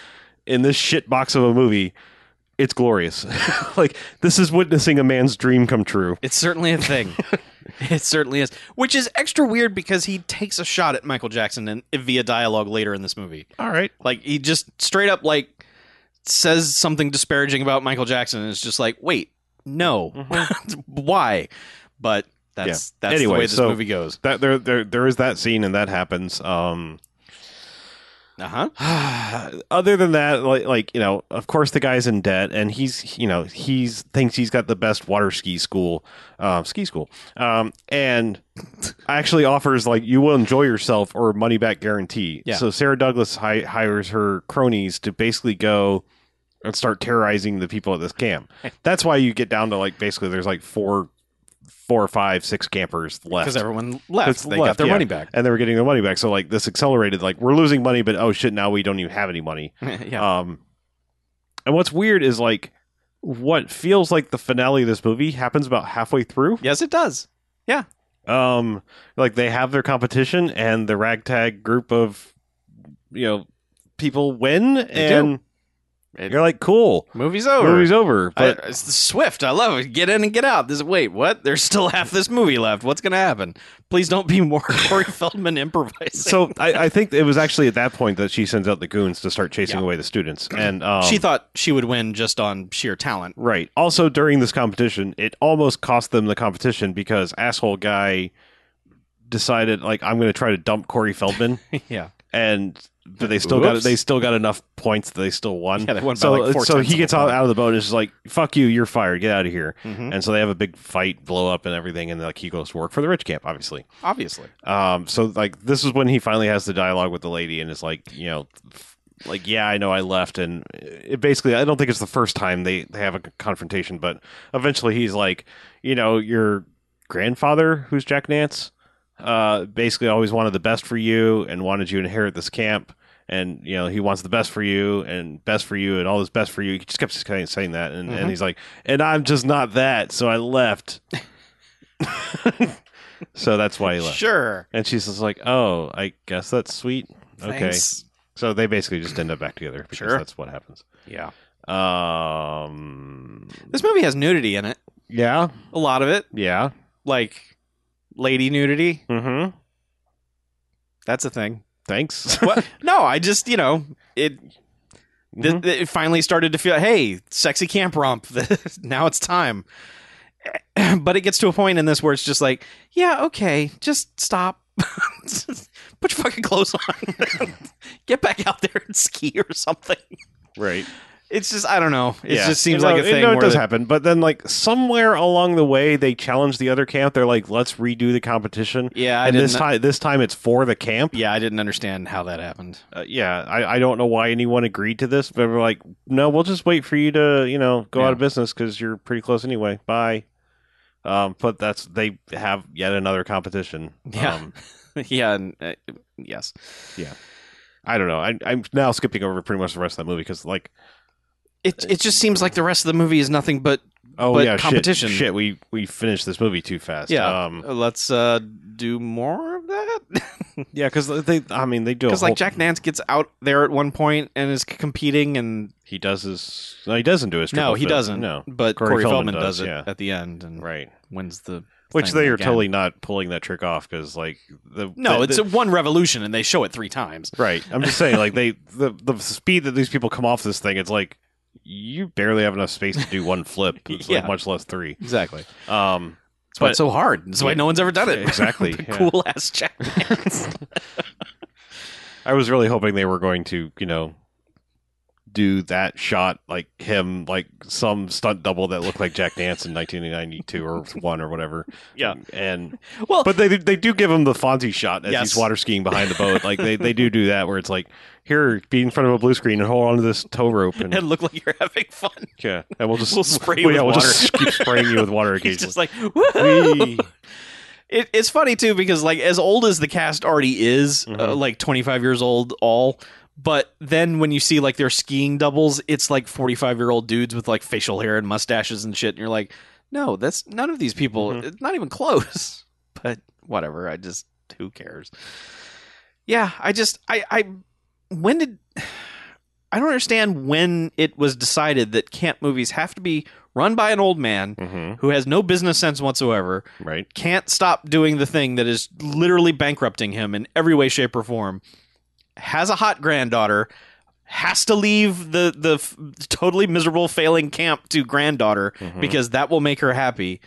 Speaker 2: in this shit box of a movie, it's glorious. (laughs) like, this is witnessing a man's dream come true.
Speaker 1: It's certainly a (laughs) thing. it certainly is. Which is extra weird because he takes a shot at Michael Jackson and via dialogue later in this movie.
Speaker 2: All right.
Speaker 1: Like he just straight up like says something disparaging about Michael Jackson and it's just like, wait, no. Mm-hmm. (laughs) Why? But that's that's
Speaker 2: Anyway,
Speaker 1: the way this
Speaker 2: so-
Speaker 1: movie goes.
Speaker 2: That there, there, there is that scene, and that happens. Um,
Speaker 1: Uh-huh.
Speaker 2: (sighs) other than that like, like you know of course the guy's in debt and he's you know he's thinks he's got the best water ski school um, ski school um, and (laughs) actually offers like you will enjoy yourself or money back guarantee
Speaker 1: Yeah.
Speaker 2: so sarah douglas hi- hires her cronies to basically go and start terrorizing the people at this camp that's why you get down to like basically there's like four four five six campers left
Speaker 1: Because everyone
Speaker 2: It's
Speaker 1: left. They got
Speaker 2: left,
Speaker 1: their
Speaker 2: yeah.
Speaker 1: money back.
Speaker 2: and they were getting their money back so like this accelerated like we're losing money but oh shit now we don't even have any money
Speaker 1: (laughs) yeah.
Speaker 2: um, and what's weird is like what feels like the finale of this movie happens about halfway through.
Speaker 1: yes, it does.
Speaker 2: Um, like they have their competition and the ragtag group of you know people win,
Speaker 1: do.
Speaker 2: and
Speaker 1: It-
Speaker 2: You're like, cool.
Speaker 1: Movie's over.
Speaker 2: Movie's over.
Speaker 1: I- (laughs)
Speaker 2: But
Speaker 1: it's the Swift. I love it. Get in and get out. This wait, what? There's still half this movie left. What's gonna happen? Please don't be more (laughs) Corey Feldman improvising.
Speaker 2: so I, I think it was actually at that point that she sends out the goons to start chasing
Speaker 1: Yeah.
Speaker 2: away the students. And um,
Speaker 1: she thought she would win just on sheer talent.
Speaker 2: Right. Also, during this competition, it almost cost them the competition because asshole guy decided, like, I'm going to try to dump Corey
Speaker 1: (laughs)
Speaker 2: Feldman,
Speaker 1: (laughs) yeah.
Speaker 2: and but they still got
Speaker 1: Whoops.
Speaker 2: they still got enough points that they still won.
Speaker 1: Yeah, they won by,
Speaker 2: so
Speaker 1: like, four
Speaker 2: so
Speaker 1: tenths
Speaker 2: he
Speaker 1: of a
Speaker 2: gets out,
Speaker 1: point.
Speaker 2: out of the boat. And is just like, fuck you, you're fired. Get out of here.
Speaker 1: Mhm.
Speaker 2: And so they have a big fight, blow up, and everything. And like he goes to work for the rich camp, obviously.
Speaker 1: Obviously.
Speaker 2: Um, so like this is when he finally has the dialogue with the lady, and it's like you know, f- like yeah, I know I left, and it basically I don't think it's the first time they they have a confrontation, but eventually he's like, you know, your grandfather, who's Jack Nance, uh, basically always wanted the best for you and wanted you to inherit this camp. And you know he wants the best for you, and best for you, and all this best for you. He just kept saying saying that, and, and
Speaker 1: Mhm.
Speaker 2: he's like, "And I'm just not that, so I left." (laughs) so that's why he left.
Speaker 1: Sure.
Speaker 2: And she's just like, "Oh, I guess that's sweet."
Speaker 1: Thanks.
Speaker 2: So they basically just end up back together because
Speaker 1: Sure.
Speaker 2: that's what happens.
Speaker 1: Yeah.
Speaker 2: Um,
Speaker 1: This movie has nudity in it.
Speaker 2: yeah,
Speaker 1: A lot of it,
Speaker 2: yeah.
Speaker 1: like lady nudity.
Speaker 2: Mm-hmm.
Speaker 1: That's a thing.
Speaker 2: Thanks. (laughs)
Speaker 1: What? (laughs) no, I just you know it. th-
Speaker 2: Mhm.
Speaker 1: th- it finally started to feel, hey, sexy camp romp. (laughs) now it's time. (clears throat) But it gets to a point in this where it's just like, yeah, okay, just stop. (laughs) Just Put your fucking clothes on. (laughs) Get back out there and ski or something.
Speaker 2: right.
Speaker 1: It's just, I don't know. It
Speaker 2: Yeah.
Speaker 1: just seems
Speaker 2: You know,
Speaker 1: like a
Speaker 2: it-
Speaker 1: thing.
Speaker 2: No, it
Speaker 1: where
Speaker 2: does
Speaker 1: the-
Speaker 2: happen. But then, like somewhere along the way, they challenge the other camp. They're like, "Let's redo the competition."
Speaker 1: Yeah, I
Speaker 2: and
Speaker 1: didn't.
Speaker 2: this time, this time it's for the camp.
Speaker 1: yeah, I didn't understand how that happened. (laughs)
Speaker 2: Uh, yeah, I, I don't know why anyone agreed to this, but we're like, no, we'll just wait for you to, you know, go
Speaker 1: Yeah.
Speaker 2: out of business because you're pretty close anyway. Bye. Um, but that's they have yet another competition.
Speaker 1: Yeah.
Speaker 2: Um,
Speaker 1: yeah, and, uh, yes.
Speaker 2: I don't know. I, I'm now skipping over pretty much the rest of that movie because, like,
Speaker 1: It it just seems like the rest of the movie is nothing but
Speaker 2: oh
Speaker 1: But
Speaker 2: yeah, shit,
Speaker 1: competition.
Speaker 2: Shit, we we finished this movie too fast.
Speaker 1: yeah.
Speaker 2: um,
Speaker 1: let's uh, do more of that. (laughs)
Speaker 2: yeah, because they, I mean, they do a
Speaker 1: Uh, Because like
Speaker 2: whole-
Speaker 1: Jack Nance gets out there at one point and is c- competing, and
Speaker 2: he does his. No, he doesn't do his.
Speaker 1: no,
Speaker 2: triple
Speaker 1: he
Speaker 2: flip.
Speaker 1: doesn't.
Speaker 2: No,
Speaker 1: but Corey,
Speaker 2: Corey
Speaker 1: Feldman,
Speaker 2: Feldman
Speaker 1: does,
Speaker 2: does,
Speaker 1: it
Speaker 2: yeah.
Speaker 1: at the end and
Speaker 2: right.
Speaker 1: wins the.
Speaker 2: Which
Speaker 1: thing
Speaker 2: they are
Speaker 1: again.
Speaker 2: totally not pulling that trick off because, like, the
Speaker 1: No,
Speaker 2: the-
Speaker 1: it's
Speaker 2: the-
Speaker 1: a one revolution, and they show it three times.
Speaker 2: Right. I'm just saying, like they the the speed that these people come off this thing, it's like you barely have enough space to do one
Speaker 1: (laughs)
Speaker 2: flip. It's
Speaker 1: Yeah.
Speaker 2: like much less three.
Speaker 1: Exactly.
Speaker 2: Um,
Speaker 1: That's why
Speaker 2: But-
Speaker 1: it's so hard. That's why
Speaker 2: Yeah.
Speaker 1: no one's ever done it. (laughs)
Speaker 2: Exactly, yeah.
Speaker 1: cool ass Jack
Speaker 2: (laughs)
Speaker 1: Nance.
Speaker 2: I was really hoping they were going to, you know, do that shot like him, like some stunt double that looked like Jack Nance in 1992 or one or whatever.
Speaker 1: Yeah.
Speaker 2: And
Speaker 1: well,
Speaker 2: but they they do give him the Fonzie shot as
Speaker 1: Yes.
Speaker 2: he's water skiing behind the boat. Like they, they do do that where it's like here be in front of a blue screen and hold on to this tow rope and
Speaker 1: it looked like you're having fun.
Speaker 2: yeah,
Speaker 1: (laughs)
Speaker 2: and we'll just
Speaker 1: We'll spray you
Speaker 2: yeah,
Speaker 1: with
Speaker 2: we'll just keep spraying you
Speaker 1: (laughs)
Speaker 2: with water occasionally.
Speaker 1: He's just like, woohoo!
Speaker 2: Whee.
Speaker 1: It, it's funny too because like as old as the cast already is, uh,
Speaker 2: Mhm.
Speaker 1: like 25 years old all, but then when you see like their skiing doubles, it's like 45 year old dudes with like facial hair and mustaches and shit, and you're like, no, that's none of these people,
Speaker 2: Mhm.
Speaker 1: it's not even close. (laughs) But whatever, I just who cares? Yeah, I just I I when did (sighs) I don't understand when it was decided that camp movies have to be run by an old man
Speaker 2: hmm
Speaker 1: who has no business sense whatsoever
Speaker 2: Right.
Speaker 1: can't stop doing the thing that is literally bankrupting him in every way, shape, or form, has a hot granddaughter, has to leave the the f- totally miserable, failing camp to granddaughter
Speaker 2: Mhm.
Speaker 1: because that will make her happy.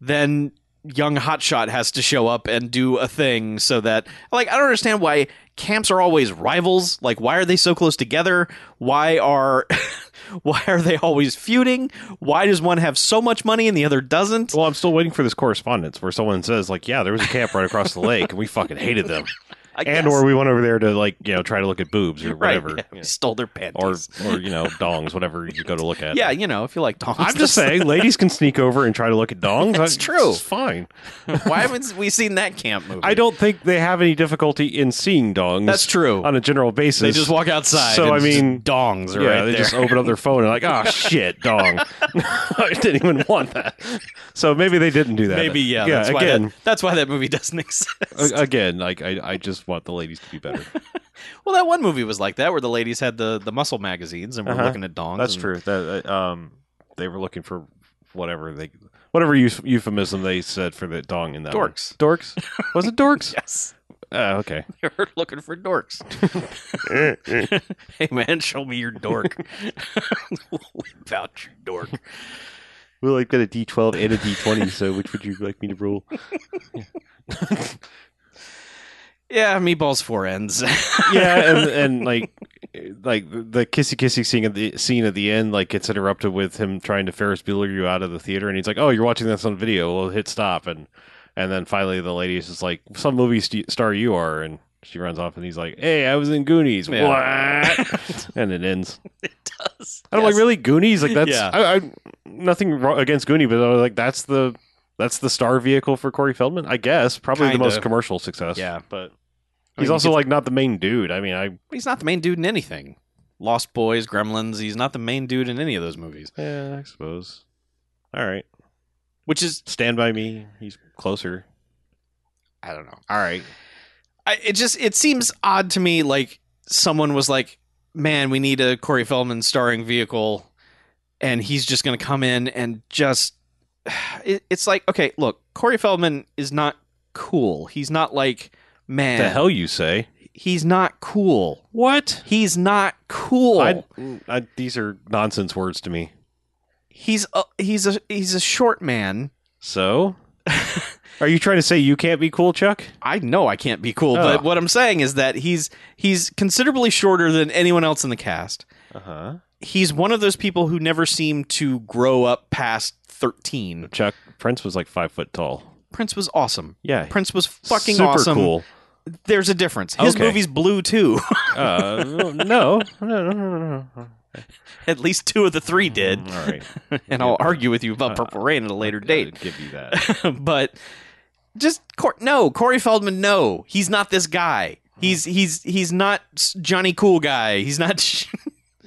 Speaker 1: Then young hotshot has to show up and do a thing so that like I don't understand why camps are always rivals. Like why are they so close together? Why are (laughs) why are they always feuding? Why does one have so much money and the other doesn't?
Speaker 2: Well, I'm still waiting for this correspondence where someone says, like, yeah, there was a camp right across the lake and we fucking hated them.
Speaker 1: (laughs) I guess.
Speaker 2: and or we went over there to like, you know, try to look at boobs or
Speaker 1: Right,
Speaker 2: whatever.
Speaker 1: yeah, we stole their panties.
Speaker 2: Or or, you know, dongs, whatever you go to look at.
Speaker 1: yeah, you know, if you like dongs.
Speaker 2: I'm just saying, ladies can sneak over and try to look at dongs.
Speaker 1: That's
Speaker 2: I-
Speaker 1: true.
Speaker 2: It's fine.
Speaker 1: (laughs) why haven't we seen that camp movie?
Speaker 2: I don't think they have any difficulty in seeing dongs.
Speaker 1: That's true.
Speaker 2: On a general basis,
Speaker 1: They just walk outside.
Speaker 2: So,
Speaker 1: and
Speaker 2: I
Speaker 1: it's just
Speaker 2: mean,
Speaker 1: dongs are
Speaker 2: yeah,
Speaker 1: right
Speaker 2: they
Speaker 1: there.
Speaker 2: just open up their phone and like, (laughs) oh shit, dong. I didn't even want that. So maybe they didn't do that.
Speaker 1: Maybe yeah.
Speaker 2: Yeah.
Speaker 1: that's why
Speaker 2: again,
Speaker 1: that, that's why that movie doesn't (laughs) exist.
Speaker 2: a- again, like I, I just want the ladies to be better.
Speaker 1: Well, that one movie was like that, where the ladies had the, the muscle magazines and were
Speaker 2: Uh-huh.
Speaker 1: looking at dongs.
Speaker 2: (laughs) That's
Speaker 1: and-
Speaker 2: true. That uh, um, they were looking for whatever they whatever euf- euphemism they said for the dong in that one.
Speaker 1: Dorks.
Speaker 2: Dorks. Was it (laughs) dorks?
Speaker 1: Yes, (laughs)
Speaker 2: Oh, okay.
Speaker 1: they were looking for
Speaker 2: (laughs)
Speaker 1: dorks. (laughs) hey man, show me your dork. (laughs) Whip out your dork.
Speaker 2: Well, I've got a D twelve and a D twenty. So which would you like me to roll?
Speaker 1: Yeah, meatballs four ends. (laughs)
Speaker 2: yeah, and, and like like the kissy kissy scene at the scene at the end like gets interrupted with him trying to Ferris Bueller you out of the theater, and he's like, "Oh, you're watching this on video. Well, hit stop." And and then finally the lady is just like, "Some movie st- star you are," and she runs off, and he's like, "Hey, I was in
Speaker 1: (laughs)
Speaker 2: Goonies." What? and it ends.
Speaker 1: it does.
Speaker 2: I'm like,
Speaker 1: Yes.
Speaker 2: really Goonies? Like that's
Speaker 1: Yeah.
Speaker 2: I, I nothing wrong against Goonie, but I was like, that's the that's the star vehicle for Corey Feldman, I guess. Probably
Speaker 1: Kinda.
Speaker 2: the most commercial success.
Speaker 1: Yeah.
Speaker 2: but
Speaker 1: I
Speaker 2: he's
Speaker 1: mean,
Speaker 2: also
Speaker 1: it's-
Speaker 2: like not the main dude. I mean, I
Speaker 1: He's not the main dude in anything. Lost Boys, Gremlins. He's not the main dude in any of those movies.
Speaker 2: yeah, I suppose. All right,
Speaker 1: Which is,
Speaker 2: Stand by Me. He's closer.
Speaker 1: I don't know.
Speaker 2: All right,
Speaker 1: I, it just it seems odd to me. Like someone was like, "Man, we need a Corey Feldman starring vehicle," and he's just going to come in and just. (sighs) It, it's like, okay, look, Corey Feldman is not cool. He's not like, man,
Speaker 2: the hell you say?
Speaker 1: he's not cool.
Speaker 2: What?
Speaker 1: He's not cool.
Speaker 2: I, I, these are nonsense words to me.
Speaker 1: He's a, he's a he's a short man.
Speaker 2: So,
Speaker 1: (laughs)
Speaker 2: are you trying to say you can't be cool, Chuck?
Speaker 1: I know I can't be cool,
Speaker 2: Oh.
Speaker 1: but what I'm saying is that he's he's considerably shorter than anyone else in the cast.
Speaker 2: Uh huh.
Speaker 1: he's one of those people who never seem to grow up past 13.
Speaker 2: Chuck Prince was like five foot tall.
Speaker 1: Prince was awesome.
Speaker 2: Yeah,
Speaker 1: Prince was fucking
Speaker 2: super
Speaker 1: awesome. (laughs)
Speaker 2: cool.
Speaker 1: There's a difference. His
Speaker 2: Okay.
Speaker 1: movies blew too. (laughs)
Speaker 2: Uh, no, no, no, no, no, no.
Speaker 1: At least two of the three did.
Speaker 2: All
Speaker 1: (laughs)
Speaker 2: right.
Speaker 1: And I'll argue with you about Purple Rain at a later date.
Speaker 2: I'd give you that.
Speaker 1: (laughs) but just Cor- no, Corey Feldman. No, he's not this guy. He's he's he's not s- Johnny Cool Guy. He's not. (laughs)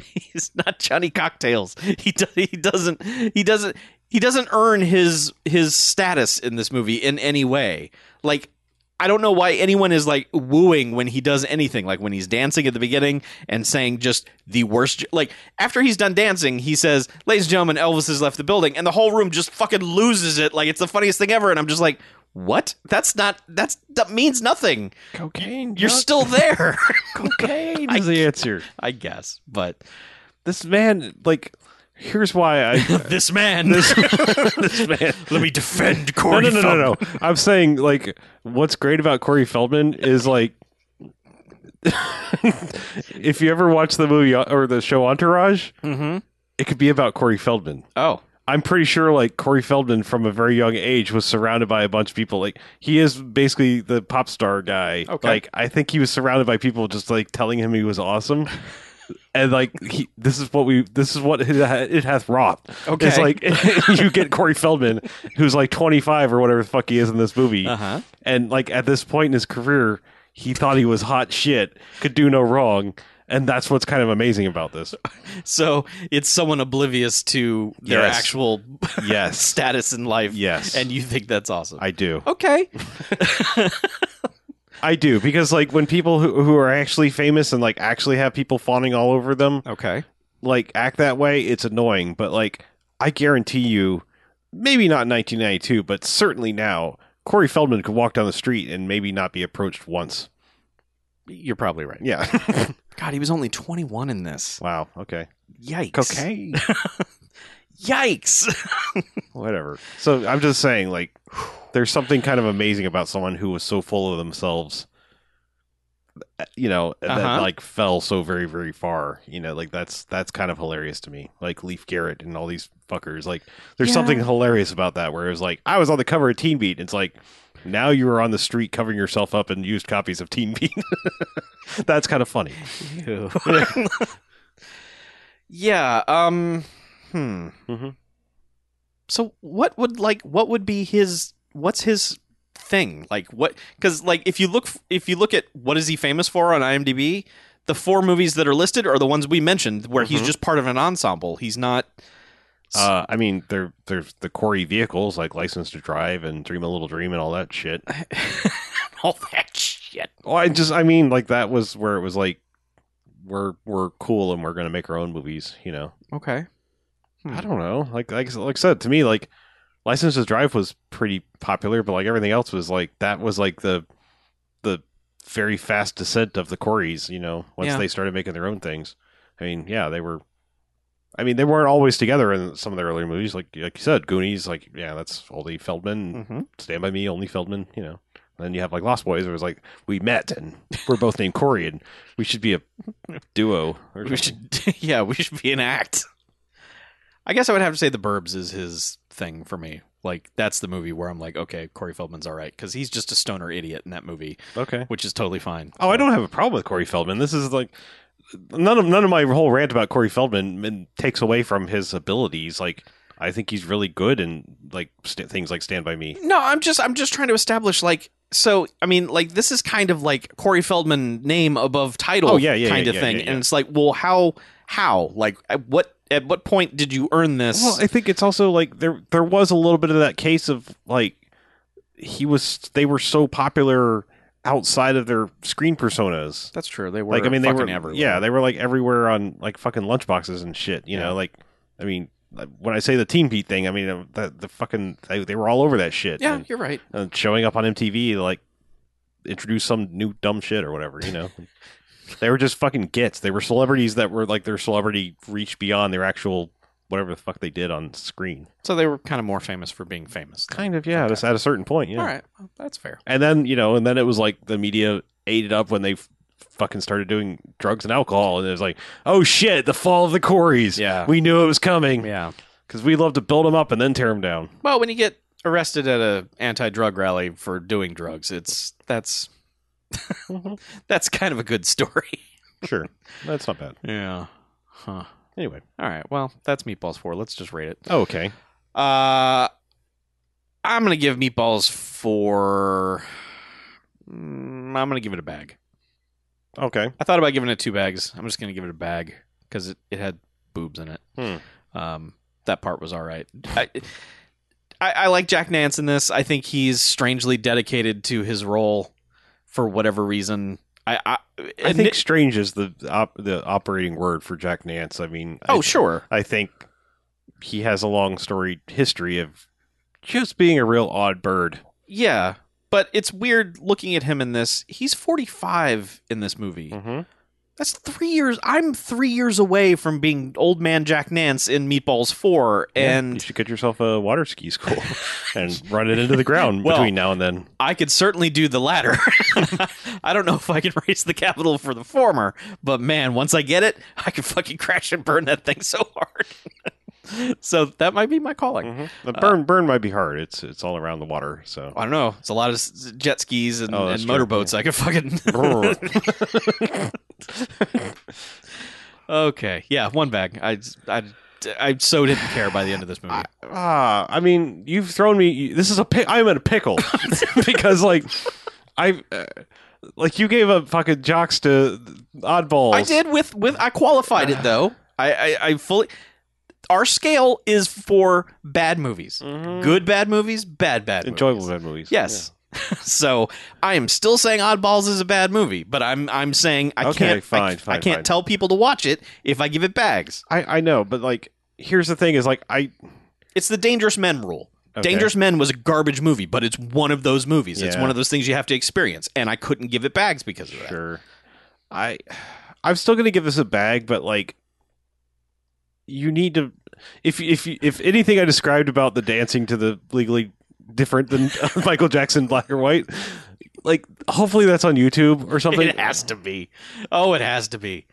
Speaker 1: he's not Johnny Cocktails. He do- he doesn't he doesn't he doesn't earn his his status in this movie in any way. Like I don't know why anyone is like wooing when he does anything. Like when he's dancing at the beginning and saying just the worst. j- Like after he's done dancing, he says, "Ladies and gentlemen, Elvis has left the building," and the whole room just fucking loses it. Like it's the funniest thing ever. And I'm just like, "What? That's not. That's that means nothing.
Speaker 2: Cocaine.
Speaker 1: You're
Speaker 2: Chuck.
Speaker 1: still there." (laughs)
Speaker 2: cocaine is the answer.
Speaker 1: I guess, but
Speaker 2: This man, like, here's
Speaker 1: (laughs)
Speaker 2: why I.
Speaker 1: this man.
Speaker 2: this man.
Speaker 1: let me defend
Speaker 2: No,
Speaker 1: Corey.
Speaker 2: no, no, no, no. I'm saying like, what's great about Corey Feldman is like. (laughs) if you ever watch the movie uh, or the show Entourage,
Speaker 1: Mm-hmm.
Speaker 2: it could be about Corey Feldman.
Speaker 1: Oh,
Speaker 2: I'm pretty sure like Corey Feldman from a very young age was surrounded by a bunch of people. Like he is basically the pop star guy.
Speaker 1: Okay.
Speaker 2: Like I think he was surrounded by people just like telling him he was awesome. And like he, this is what we, this is what it, ha- it hath wrought.
Speaker 1: Okay.
Speaker 2: it's like (laughs) you get Corey Feldman, who's like 25 or whatever the fuck he is in this movie,
Speaker 1: Uh-huh.
Speaker 2: and like at this point in his career, he thought he was hot shit, could do no wrong, and that's what's kind of amazing about this.
Speaker 1: so it's someone oblivious to their
Speaker 2: Yes.
Speaker 1: actual (laughs)
Speaker 2: Yes,
Speaker 1: status in life.
Speaker 2: Yes.
Speaker 1: and you think that's awesome.
Speaker 2: I do.
Speaker 1: okay.
Speaker 2: I do because like when people who who are actually famous and like actually have people fawning all over them
Speaker 1: Okay.
Speaker 2: like act that way, it's annoying. But like I guarantee you, maybe not in 1992, but certainly now, Corey Feldman could walk down the street and maybe not be approached once.
Speaker 1: You're probably right.
Speaker 2: Yeah.
Speaker 1: God, he was only 21 in this.
Speaker 2: (laughs) wow. Okay.
Speaker 1: Yikes.
Speaker 2: Cocaine.
Speaker 1: (laughs) Yikes.
Speaker 2: Whatever. So I'm just saying, like, there's something kind of amazing about someone who was so full of themselves. You know, that
Speaker 1: Uh-huh.
Speaker 2: like fell so very, very far. You know, like that's that's kind of hilarious to me. Like Leaf Garrett and all these fuckers. Like, there's
Speaker 1: Yeah.
Speaker 2: something hilarious about that. Where it was like, I was on the cover of Teen Beat. It's like now you are on the street covering yourself up in used copies of Teen Beat. (laughs) that's kind of funny.
Speaker 1: yeah. Um. Hmm.
Speaker 2: Mhm.
Speaker 1: So what would like what would be his what's his thing like what because like if you look if you look at what is he famous for on IMDb the four movies that are listed are the ones we mentioned where he's
Speaker 2: Mhm.
Speaker 1: just part of an ensemble he's not (laughs)
Speaker 2: Uh, I mean, there there's the Corey vehicles like License to Drive and Dream a Little Dream and all that shit.
Speaker 1: all that shit yet.
Speaker 2: Well, I just I mean like that was where it was like we're we're cool and we're gonna make our own movies, you know.
Speaker 1: Okay. Hmm.
Speaker 2: I don't know. Like like like I said to me, like License to Drive was pretty popular, but like everything else was like that was like the the very fast descent of the Corys. You know, once
Speaker 1: Yeah.
Speaker 2: they started making their own things. I mean, yeah, they were. I mean, they weren't always together in some of their earlier movies. Like like you said, Goonies. Like yeah, that's only Feldman.
Speaker 1: Mm-hmm.
Speaker 2: Stand by Me, only Feldman. You know. And then you have like Lost Boys, where it's like we met and we're both named Corey and we should be a duo.
Speaker 1: (laughs)
Speaker 2: Or
Speaker 1: We
Speaker 2: something.
Speaker 1: should, yeah, we should be an act. I guess I would have to say The Burbs is his thing for me. Like that's the movie where I'm like, okay, Corey Feldman's all right because he's just a stoner idiot in that movie,
Speaker 2: okay.
Speaker 1: which is totally fine.
Speaker 2: Oh, I don't have a problem with Corey Feldman. This is like none of none of my whole rant about Corey Feldman min- takes away from his abilities. Like I think he's really good in like st- things like Stand by Me.
Speaker 1: No, I'm just I'm just trying to establish like so I mean like this is kind of like Corey Feldman name above title
Speaker 2: Oh, yeah, yeah,
Speaker 1: kind
Speaker 2: yeah,
Speaker 1: of
Speaker 2: yeah,
Speaker 1: thing
Speaker 2: yeah, yeah.
Speaker 1: and it's like well how how like at what at what point did you earn this
Speaker 2: Well, I think it's also like there there was a little bit of that case of like he was they were so popular outside of their screen personas.
Speaker 1: That's true they were
Speaker 2: like I mean they
Speaker 1: fucking
Speaker 2: were
Speaker 1: everywhere.
Speaker 2: yeah they were like everywhere on like fucking lunchboxes and shit. You
Speaker 1: Yeah.
Speaker 2: know like I mean like, when I say the Team Pete thing, I mean uh, the the fucking they, they were all over that shit.
Speaker 1: yeah
Speaker 2: And-
Speaker 1: you're right
Speaker 2: uh, showing up on MTV to, like introduce some new dumb shit or whatever, you (laughs) know. they were just fucking gets. They were celebrities that were like their celebrity reached beyond their actual whatever the fuck they did on screen.
Speaker 1: so they were kind of more famous for being famous
Speaker 2: Kind of, yeah.
Speaker 1: Okay.
Speaker 2: Just at a certain point, yeah.
Speaker 1: all right well, that's fair
Speaker 2: And then you know, and then it was like the media ate it up when they f- fucking started doing drugs and alcohol, and it was like, oh shit, the fall of the Corys.
Speaker 1: Yeah.
Speaker 2: we knew it was coming
Speaker 1: yeah
Speaker 2: because we love to build them up and then tear them down.
Speaker 1: well when you get arrested at a anti drug rally for doing drugs it's that's (laughs) that's kind of a good story
Speaker 2: sure, that's not bad.
Speaker 1: yeah huh
Speaker 2: Anyway,
Speaker 1: all right well that's meatballs four let's just rate it
Speaker 2: oh, okay.
Speaker 1: Uh, I'm gonna give meatballs four. Mm, I'm gonna give it a bag.
Speaker 2: Okay.
Speaker 1: I thought about giving it two bags. I'm just gonna give it a bag because it, it had boobs in it.
Speaker 2: Hmm.
Speaker 1: Um, that part was all right. I, I, I like Jack Nance in this. I think he's strangely dedicated to his role for whatever reason. I, I,
Speaker 2: I think strange is the op- the operating word for Jack Nance. I mean,
Speaker 1: Oh,
Speaker 2: I,
Speaker 1: sure.
Speaker 2: I think he has a long story history of just being a real odd bird.
Speaker 1: Yeah, but it's weird looking at him in this. He's 45 in this movie.
Speaker 2: Mm-hmm.
Speaker 1: That's three years. I'm three years away from being old man Jack Nance in Meatballs Four,
Speaker 2: you
Speaker 1: and
Speaker 2: should get yourself a water
Speaker 1: (laughs)
Speaker 2: ski school and run it into the ground
Speaker 1: Well-
Speaker 2: between now and then.
Speaker 1: I could certainly do the latter. (laughs) I don't know if I can raise the capital for the former, but man, once I get it, I can fucking crash and burn that thing so hard. (laughs) so that might be my calling.
Speaker 2: The burn burn might be hard. It's it's all around the water. So
Speaker 1: uh, I don't know. It's a lot of s- jet skis and,
Speaker 2: Oh, that's
Speaker 1: and
Speaker 2: true.
Speaker 1: motorboats. I could fucking. (laughs) okay, yeah, one bag. I, I, I so didn't care by the end of this movie.
Speaker 2: I- ah, I mean, you've thrown me. you- This is a pick. I'm in
Speaker 1: (laughs)
Speaker 2: a pickle because like I. Uh, like you gave up fucking jocks to oddballs.
Speaker 1: I did with with I qualified
Speaker 2: (sighs)
Speaker 1: it though. I I, I fully. Our scale is for bad movies,
Speaker 2: Mhm.
Speaker 1: good bad movies, bad bad
Speaker 2: enjoyable
Speaker 1: movies.
Speaker 2: bad movies.
Speaker 1: Yes. (laughs) so I am still saying Oddballs is a bad movie, but I'm I'm saying I
Speaker 2: Okay,
Speaker 1: can't I,
Speaker 2: fine,
Speaker 1: I
Speaker 2: fine,
Speaker 1: can't
Speaker 2: fine.
Speaker 1: tell people to watch it if I give it bags.
Speaker 2: Yeah. I I know, but like here's the thing: is like I
Speaker 1: It's the Dangerous Men rule.
Speaker 2: Okay.
Speaker 1: Dangerous Men was a garbage movie, but it's one of those movies. It's
Speaker 2: Yeah.
Speaker 1: one of those things you have to experience, and I couldn't give it bags because of that.
Speaker 2: sure I I'm still gonna give this a bag, but like you need to if if if anything I described about the dancing to the legally different than (laughs) Michael Jackson black or white, like hopefully that's on YouTube or
Speaker 1: (laughs)
Speaker 2: something.
Speaker 1: It has to be. Oh, it has to be.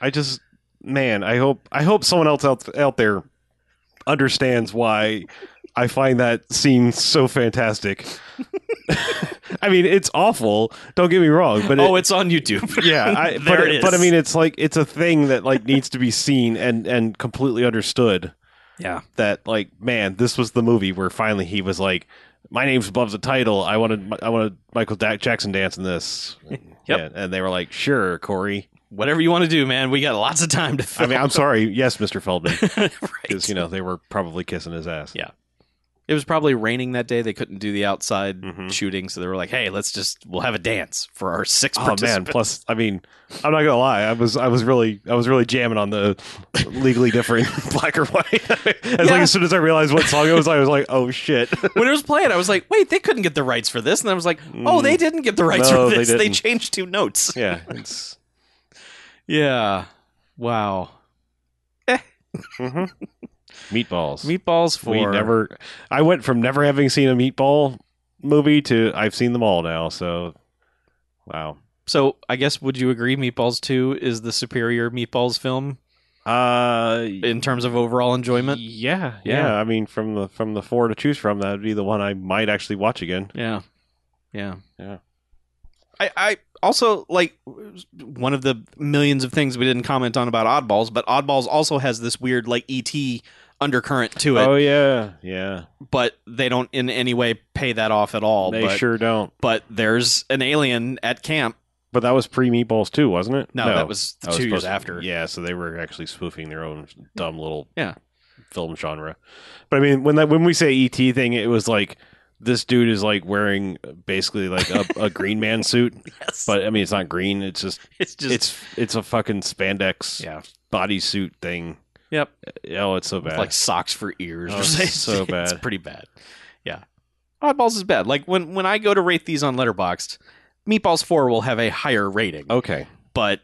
Speaker 2: I just man, I hope I hope someone else out, out there understands why I find that scene so fantastic. (laughs) I mean, it's awful. Don't get me wrong, but
Speaker 1: oh,
Speaker 2: it,
Speaker 1: it's on YouTube.
Speaker 2: (laughs) yeah,
Speaker 1: (laughs)
Speaker 2: I,
Speaker 1: There
Speaker 2: but,
Speaker 1: it is.
Speaker 2: but I mean, it's like it's a thing that like needs to be seen and and completely understood.
Speaker 1: Yeah.
Speaker 2: That like, man, this was the movie where finally he was like, "My name's above the title. I wanted I wanted Michael Da- Jackson dance in
Speaker 1: (laughs)
Speaker 2: this." Yeah, and they were like, "Sure, Corey."
Speaker 1: whatever you want to do, man. We got lots of time to
Speaker 2: I
Speaker 1: film.
Speaker 2: mean, I'm sorry. Yes, Mr. Feldman.
Speaker 1: (laughs) right.
Speaker 2: because you know they were probably kissing his ass.
Speaker 1: Yeah. It was probably raining that day. They couldn't do the outside
Speaker 2: Mhm.
Speaker 1: shooting, so they were like, "Hey, let's just we'll have a dance for our six
Speaker 2: Oh man!
Speaker 1: participants."
Speaker 2: Plus, I mean, I'm not gonna lie. I was, I was really, I was really jamming on the legally different (laughs) black or white. as
Speaker 1: Yeah.
Speaker 2: like as soon as I realized what song it was, I was like, oh shit!
Speaker 1: (laughs)
Speaker 2: (laughs)
Speaker 1: when it was playing, I was like, "Wait, they couldn't get the rights for this," and I was like, "Oh, they didn't get the rights
Speaker 2: Mm. No,
Speaker 1: for
Speaker 2: they
Speaker 1: this. They,
Speaker 2: didn't.
Speaker 1: changed two notes."
Speaker 2: yeah, it's
Speaker 1: Yeah. Wow.
Speaker 2: mm-hmm. meatballs.
Speaker 1: Meatballs for
Speaker 2: we never. I went from never having seen a meatball movie to I've seen them all now. So, wow.
Speaker 1: So I guess would you agree Meatballs 2 is the superior Meatballs film
Speaker 2: Uh,
Speaker 1: in terms of overall enjoyment?
Speaker 2: yeah, yeah,
Speaker 1: Yeah.
Speaker 2: I mean, from the from the four to choose from, that would be the one I might actually watch again.
Speaker 1: Yeah. Yeah.
Speaker 2: Yeah.
Speaker 1: I, I also like one of the millions of things we didn't comment on about Oddballs, but Oddballs also has this weird like ET undercurrent to it,
Speaker 2: oh yeah, yeah.
Speaker 1: but they don't in any way pay that off at all.
Speaker 2: they
Speaker 1: but,
Speaker 2: sure don't.
Speaker 1: but there's an alien at camp.
Speaker 2: But that was pre Meatballs too, wasn't it?
Speaker 1: No, that was
Speaker 2: That was
Speaker 1: two years
Speaker 2: supposed to-
Speaker 1: after.
Speaker 2: Yeah, so they were actually spoofing their own dumb little
Speaker 1: Yeah.
Speaker 2: film genre. But I mean, when that when we say ET thing, it was like this dude is like wearing basically like a, a green
Speaker 1: (laughs)
Speaker 2: man suit,
Speaker 1: Yes.
Speaker 2: but I mean it's not green. It's just,
Speaker 1: it's just
Speaker 2: it's it's a fucking spandex
Speaker 1: yeah.
Speaker 2: bodysuit thing.
Speaker 1: Yep.
Speaker 2: Oh, it's so bad.
Speaker 1: like socks for ears.
Speaker 2: Oh,
Speaker 1: or
Speaker 2: it's
Speaker 1: something.
Speaker 2: so
Speaker 1: (laughs) It's
Speaker 2: bad.
Speaker 1: pretty bad. Yeah, Oddballs is bad. Like when when I go to rate these on Letterboxd, Meatballs Four will have a higher rating.
Speaker 2: okay,
Speaker 1: But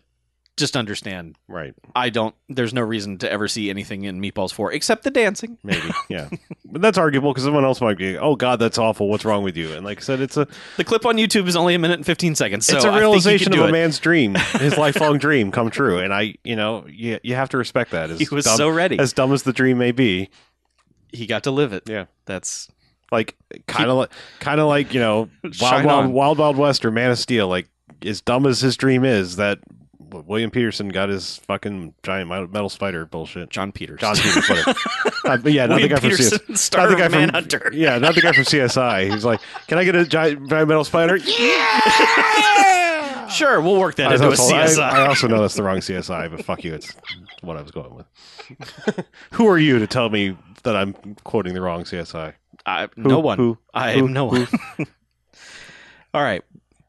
Speaker 1: just understand,
Speaker 2: right,
Speaker 1: I don't. There's no reason to ever see anything in Meatballs Four except the dancing.
Speaker 2: maybe, yeah. but that's arguable because someone else might be. Oh God, that's awful. What's wrong with you? And like I said, it's a
Speaker 1: The clip on YouTube is only a minute and fifteen seconds. So
Speaker 2: it's
Speaker 1: I
Speaker 2: a
Speaker 1: think you
Speaker 2: realization
Speaker 1: could
Speaker 2: of
Speaker 1: do
Speaker 2: a
Speaker 1: it.
Speaker 2: man's dream,
Speaker 1: (laughs)
Speaker 2: his lifelong dream come true. And I, you know, you, you have to respect that. As
Speaker 1: He was
Speaker 2: dumb,
Speaker 1: so ready.
Speaker 2: as dumb as the dream may be,
Speaker 1: He got to live it.
Speaker 2: Yeah.
Speaker 1: that's
Speaker 2: like kind of like kind of like you know,
Speaker 1: (laughs) Shine
Speaker 2: Wild Wild,
Speaker 1: on.
Speaker 2: Wild Wild West or Man of Steel. Like as dumb as his dream is, that W- William Peterson got his fucking giant mi- metal spider bullshit.
Speaker 1: John Peters. (laughs)
Speaker 2: John Peters, whatever. Uh, but yeah, not the
Speaker 1: William
Speaker 2: guy from CS.
Speaker 1: Peterson,
Speaker 2: Not
Speaker 1: star
Speaker 2: the
Speaker 1: of
Speaker 2: guy from
Speaker 1: Manhunter.
Speaker 2: Yeah, not the guy from CSI. He's like, "Can I get a giant, giant
Speaker 1: (laughs)
Speaker 2: metal spider?" Yeah.
Speaker 1: Sure, we'll work that
Speaker 2: I, was
Speaker 1: into a
Speaker 2: also- I-
Speaker 1: CSI.
Speaker 2: I also know that's the wrong CSI, but fuck you, it's what I was going with. (laughs) who are you to tell me that I'm quoting the wrong CSI?
Speaker 1: I,
Speaker 2: Who-
Speaker 1: no one.
Speaker 2: who-
Speaker 1: I
Speaker 2: who-
Speaker 1: am no one. (laughs) All right.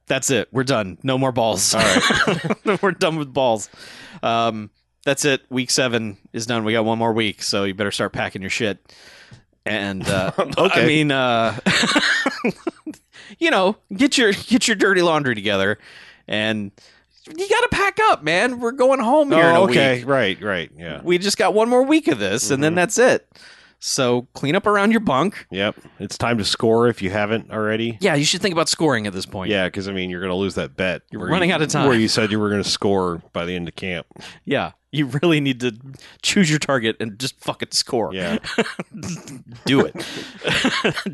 Speaker 1: That's it. We're done. No more balls. All right. (laughs) We're done with balls. Um, that's it. Week seven is done. We got one more week, so you better start packing your shit. And
Speaker 2: (laughs)
Speaker 1: uh,
Speaker 2: Okay.
Speaker 1: I mean, uh, (laughs) you know, get your get your dirty laundry together, and you got to pack up, man. We're going home here. in a
Speaker 2: Oh,
Speaker 1: week.
Speaker 2: okay, Mm-hmm. right, right, yeah,
Speaker 1: We just got one more week of this, and then that's it. So clean up around your bunk.
Speaker 2: yep. It's time to score if you haven't already.
Speaker 1: Yeah, you should think about scoring at this point.
Speaker 2: Yeah, because I mean, you're going to lose that bet.
Speaker 1: You're
Speaker 2: where
Speaker 1: running
Speaker 2: you-
Speaker 1: out of time.
Speaker 2: Where you said you were going to score by the end of camp.
Speaker 1: Yeah. You really need to choose your target and just fucking score. (laughs)
Speaker 2: Yeah,
Speaker 1: Do it.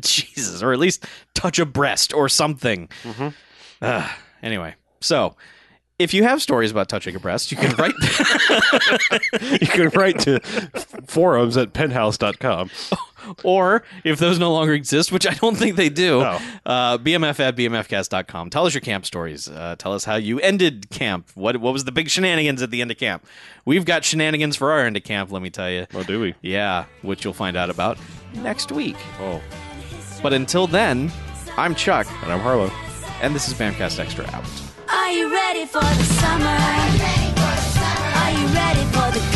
Speaker 1: (laughs) Jesus. Or at least touch a breast or something.
Speaker 2: Mhm.
Speaker 1: Ugh. anyway, so if you have stories about touching a breast, you can write
Speaker 2: (laughs) you can write to forums at penthouse.com.
Speaker 1: or if those no longer exist, which I don't think they do,
Speaker 2: Oh.
Speaker 1: uh, bmf at bmfcast.com. Tell us your camp stories. Uh, tell us how you ended camp. What, what was the big shenanigans at the end of camp? We've got shenanigans for our end of camp, let me tell you.
Speaker 2: Well, Oh, do we?
Speaker 1: Yeah, which you'll find out about next week.
Speaker 2: Oh,
Speaker 1: But until then, I'm Chuck,
Speaker 2: and I'm Harlow.
Speaker 1: and this is Bamcast Extra out.
Speaker 3: Are you ready for the summer? Are you ready for the